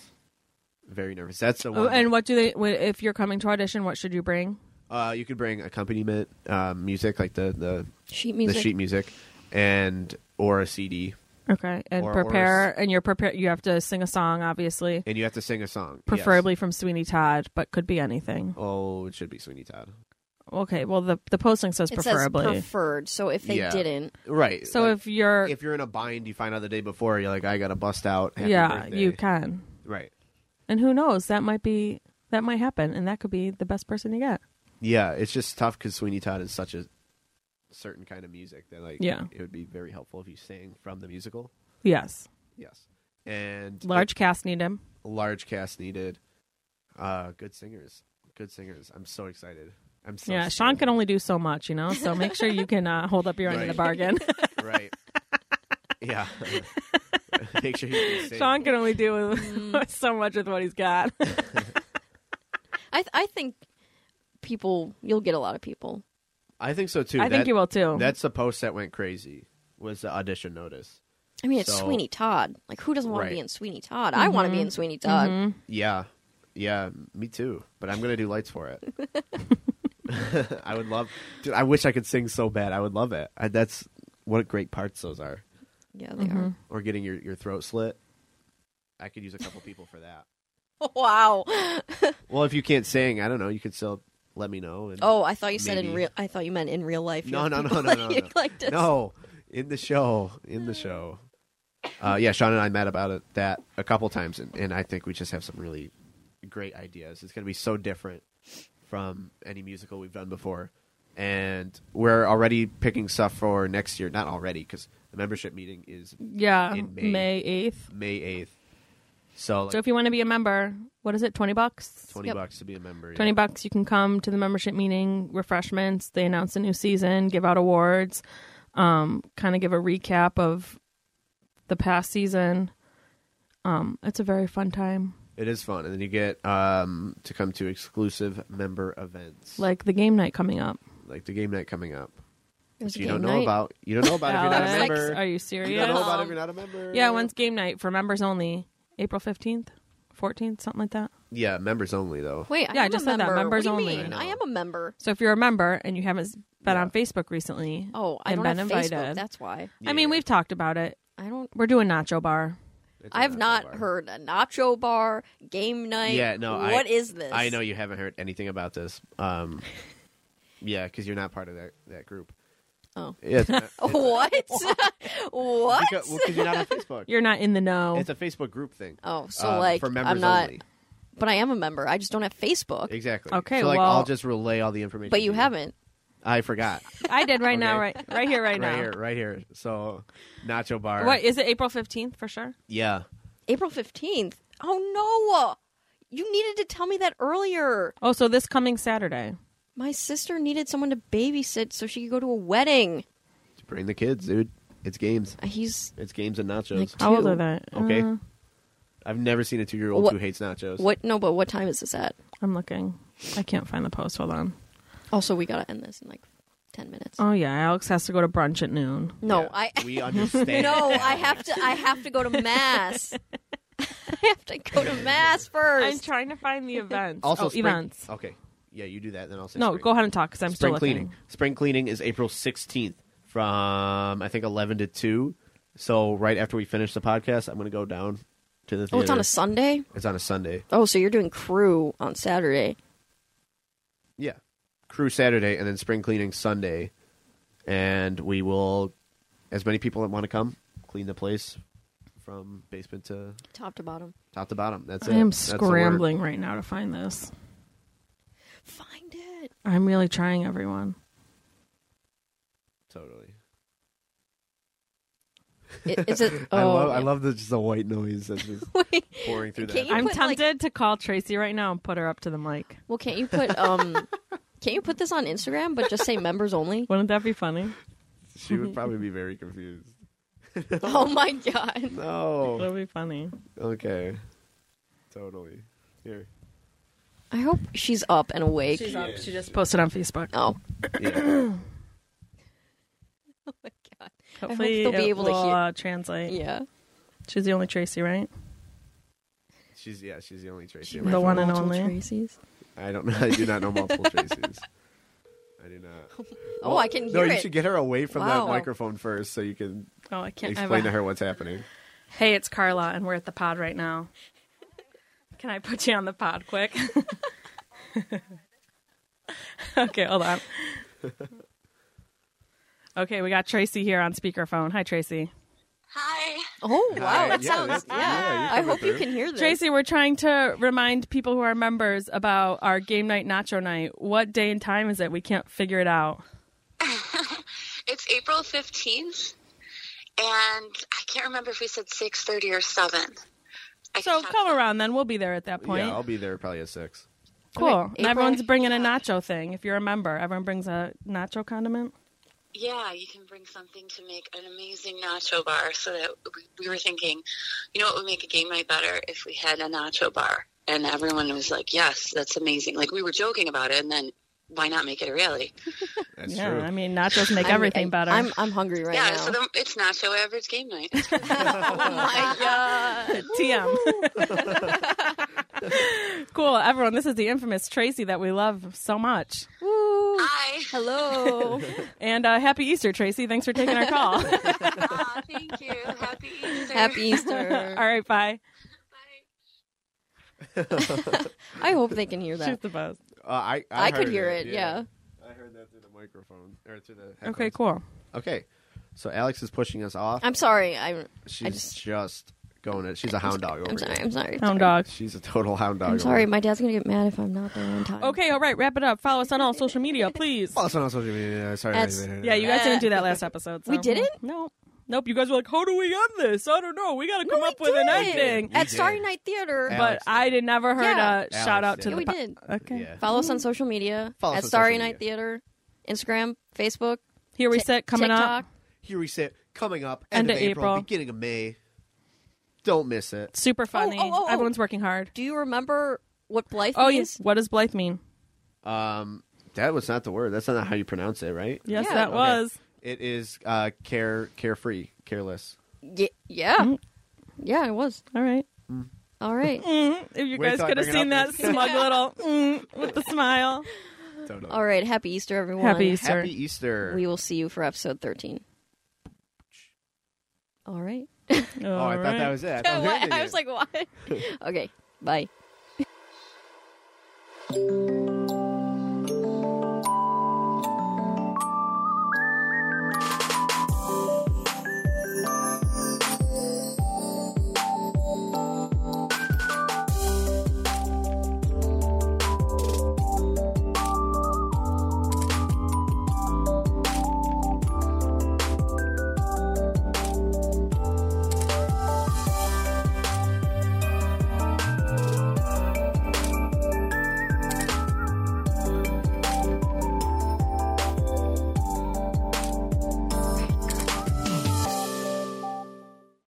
Very nervous. That's the Oh, one. and what do they? wh- If you're coming to audition, what should you bring? uh, you could bring accompaniment um, music, like the the, Sheet the music. sheet music, and or a CD, Okay, and Or- or prepare, s- and you're prepared. You have to sing a song, obviously, and you have to sing a song, Yes. preferably from Sweeney Todd, but could be anything. Oh, it should be Sweeney Todd. okay. Well, the the posting says It preferably. says preferred. So if they Yeah. didn't, Right. so like, if you're if you're in a bind, you find out the day before, you're like, I got to bust out. Happy yeah, birthday. you can. Right. And who knows? That might be that might happen, and that could be the best person you get. Yeah, it's just tough because Sweeney Todd is such a certain kind of music that like Yeah. it would be very helpful if you sang from the musical. Yes, Yes. And large cast need him. large cast needed. Uh, good singers, good singers. I'm so excited. I'm so yeah, Sean can only do so much, you know. So make sure you can uh, hold up your end of the Right. bargain. can right. yeah, make sure you can sing. Sean can only do Mm. so much with what he's got. I th- I think people you'll get a lot of people. I think so too. I think That- you will too. That's the post that went crazy. Was the audition notice? I mean, it's So- Sweeney Todd. Like, who doesn't want to Right. be in Sweeney Todd? I want to be in Sweeney Todd. Yeah, yeah, me too. But I'm gonna do lights for it. I would love. Dude, I wish I could sing so bad. I would love it. I, that's what great parts those are. Yeah, they Or getting your, your throat slit. I could use a couple people for that. are. Wow. Well, if you can't sing, I don't know. You could still let me know. And... Oh, I thought you said in Maybe. real. I thought you meant in real life. you No, have no, no, people no, that no, you no. like to- no, in the show, in the show. Uh, yeah, Sean and I met about it that a couple times, and, and I think we just have some really great ideas. It's going to be so different from any musical we've done before, and we're already picking stuff for next year. Not already, because the membership meeting is yeah, in May. May eighth. May eighth. So, like, So if you want to be a member, what is it? Twenty bucks. twenty Yep. bucks to be a member. 20 yeah. bucks you can come to the membership meeting refreshments they announce a new season give out awards um, kind of give a recap of the past season um, it's a very fun time It is fun, and then you get um, to come to exclusive member events like the game night coming up like the game night coming up. There's a you game don't know night. about. You don't know about if you're not a Alex, member. are you you serious don't know about Um, if you're not a member. yeah when's game night for members only april 15th 14th something like that Yeah, members only though. Wait, I Yeah, I am just a said that, member. members what do you only. Mean? I I know. am a member. so if you're a member and you haven't been Yeah. on facebook recently Oh, I and don't been have invited Facebook. That's why i mean Yeah. we've talked about it I don't. we're doing nacho bar It's a I've nacho not bar. heard a nacho bar game night. Yeah, no, I- What is this? I know you haven't heard anything about this. Um, yeah, because you're not part of that that group. Oh. yeah, it's, What? what? Because, well, 'cause you're not on Facebook. you're not in the know it's a Facebook group thing. Oh, so um, like for members I'm not, only. but I am a member. I just don't have Facebook. Exactly. Okay, So like well- I'll just relay all the information. But you to haven't. I forgot. I did right now, Okay. right, right here, right, right now. here, right here. So, Nacho Bar. What is it? April fifteenth for sure. Yeah. April fifteenth. Oh no! You needed to tell me that earlier. Oh, so this coming Saturday. My sister needed someone to babysit so she could go to a wedding. Bring the kids, dude. It's games. He's It's games and nachos. Like, How old Two. are they? Okay. Uh, I've never seen a two year old What- who hates nachos. what? No, but what time is this at? I'm looking. I can't find the post. Hold on. Also, we gotta end this in like ten minutes. Oh yeah, Alex has to go to brunch at noon. no, Um, Yeah, I We understand. no, I have to. I have to go to mass. I have to go to mass I'm first. trying to find the events. Also, oh, spring- events. Okay. Yeah, you do that, then I'll say. No, spring. go ahead and talk because I'm Spring still cleaning. looking. Spring cleaning is April 16th from, I think, 11 to 2. So, right after we finish the podcast, I'm going to go down to the theater. oh, it's on a Sunday. It's on a Sunday. Oh, so you're doing crew on Saturday. Yeah. Crew Saturday and then spring cleaning Sunday. And we will, as many people that want to come, clean the place from basement to top to bottom. top to bottom. That's I it. am That's the word. scrambling right now to find this. Find it. I'm really trying, everyone. Totally. it is it? Oh, I love I love the, just the white noise that's just Wait. pouring through Can that. You I'm put, like- tempted to call Tracy right now and put her up to the mic. Well, can't you put um? Can't you put this on Instagram, but just say members only? Wouldn't that be funny? She would probably be very confused. Oh my god! It would No. be funny. Okay. Totally. Here. I hope she's up and awake. She's up. She just posted on Facebook. oh, Yeah. oh my god! Hopefully, they'll be it able to will, hear- uh, translate. Yeah, She's the only Tracy, right? She's yeah, she's the only Tracy. She in The my one went from and multiple only. Tracy's. I don't know. I do not know multiple Tracys. I do not. Oh, I can No, hear you it. should get her away from Wow. that microphone first so you can Oh, I can't. I have explain a- to her what's happening. Hey, it's Carla, and we're at the pod right now. Can I put you on the pod quick? okay, hold on. Okay, we got Tracy here on speakerphone. Hi, Tracy. Hi. Oh wow, that yeah, sounds that's- yeah. yeah, you I coming hope you through. can hear this. Tracy, we're trying to remind people who are members about our game night nacho night. What day and time is it? We can't figure it out. It's April 15th, and I can't remember if we said 6.30 or 7. I So can't- come around then. We'll be there at that point. Yeah, I'll be there probably at six. cool. Okay, and April- everyone's bringing a nacho thing. If you're a member, everyone brings a nacho condiment. Yeah, you can bring something to make an amazing nacho bar. So that we, we were thinking, you know, it would make a game night better if we had a nacho bar. And everyone was like, yes, that's amazing. Like, we were joking about it, and then why not make it a reality? That's yeah, true. I mean nachos make I'm- everything I- better. I'm I'm hungry right yeah, now. so then it's nacho average game night. oh my god. TM. cool, everyone. This is the infamous Tracy that we love so much. Woo. Hi. Hello. And uh, happy Easter, Tracy. Thanks for taking our call. Aw, thank you. Happy Easter. Happy All Easter. right, bye. Bye. I hope they can hear She's that. the best. Uh, I, I, could heard hear it. Yeah. I heard that through the microphone or through the. Okay, headphones. cool. Okay, so Alex is pushing us off. I'm sorry. I'm She's just- just, going. At, she's a hound dog. Over I'm sorry. here. I'm sorry. Hound dog. She's a total hound dog. I'm over sorry. here. My dad's gonna get mad if I'm not there on time. Okay, all right, wrap it up. Follow us on all social media, please. Follow us on social media. Sorry. That's- Yeah, you guys didn't do that last episode. So. We didn't? No. Nope. You guys were like, how do we end this? I don't know. We got to come We up with an did. ending. at did. Starry Night Theater. Alex But I did never heard Yeah. a shout out to the did. yeah, we po- did. Okay. Yeah. Follow us on social media Follow us at on Starry social Night media. Theater, Instagram, Facebook, Here we sit coming up. TikTok. Here we sit. Coming up End end, of of April, April. beginning of May. Don't miss it. Super funny. oh, oh. Everyone's working hard. Do you remember what Blythe Oh, means? yes. What does Blythe mean? Um, that was not the word. That's not how you pronounce it, right? Yes, Yeah. that Okay. was. It is uh, care, carefree, careless. Ye- yeah. Mm. Yeah, it was. All right. All right. Mm, if you Wait guys till I could have bring it seen that up. smug little mm, with the smile. Totally. All right. Happy Easter, everyone. Happy Easter. Happy Easter. We will see you for episode 13. All right. oh, I thought that was it. I, thought we What? ended I it. was like, what? okay. Bye.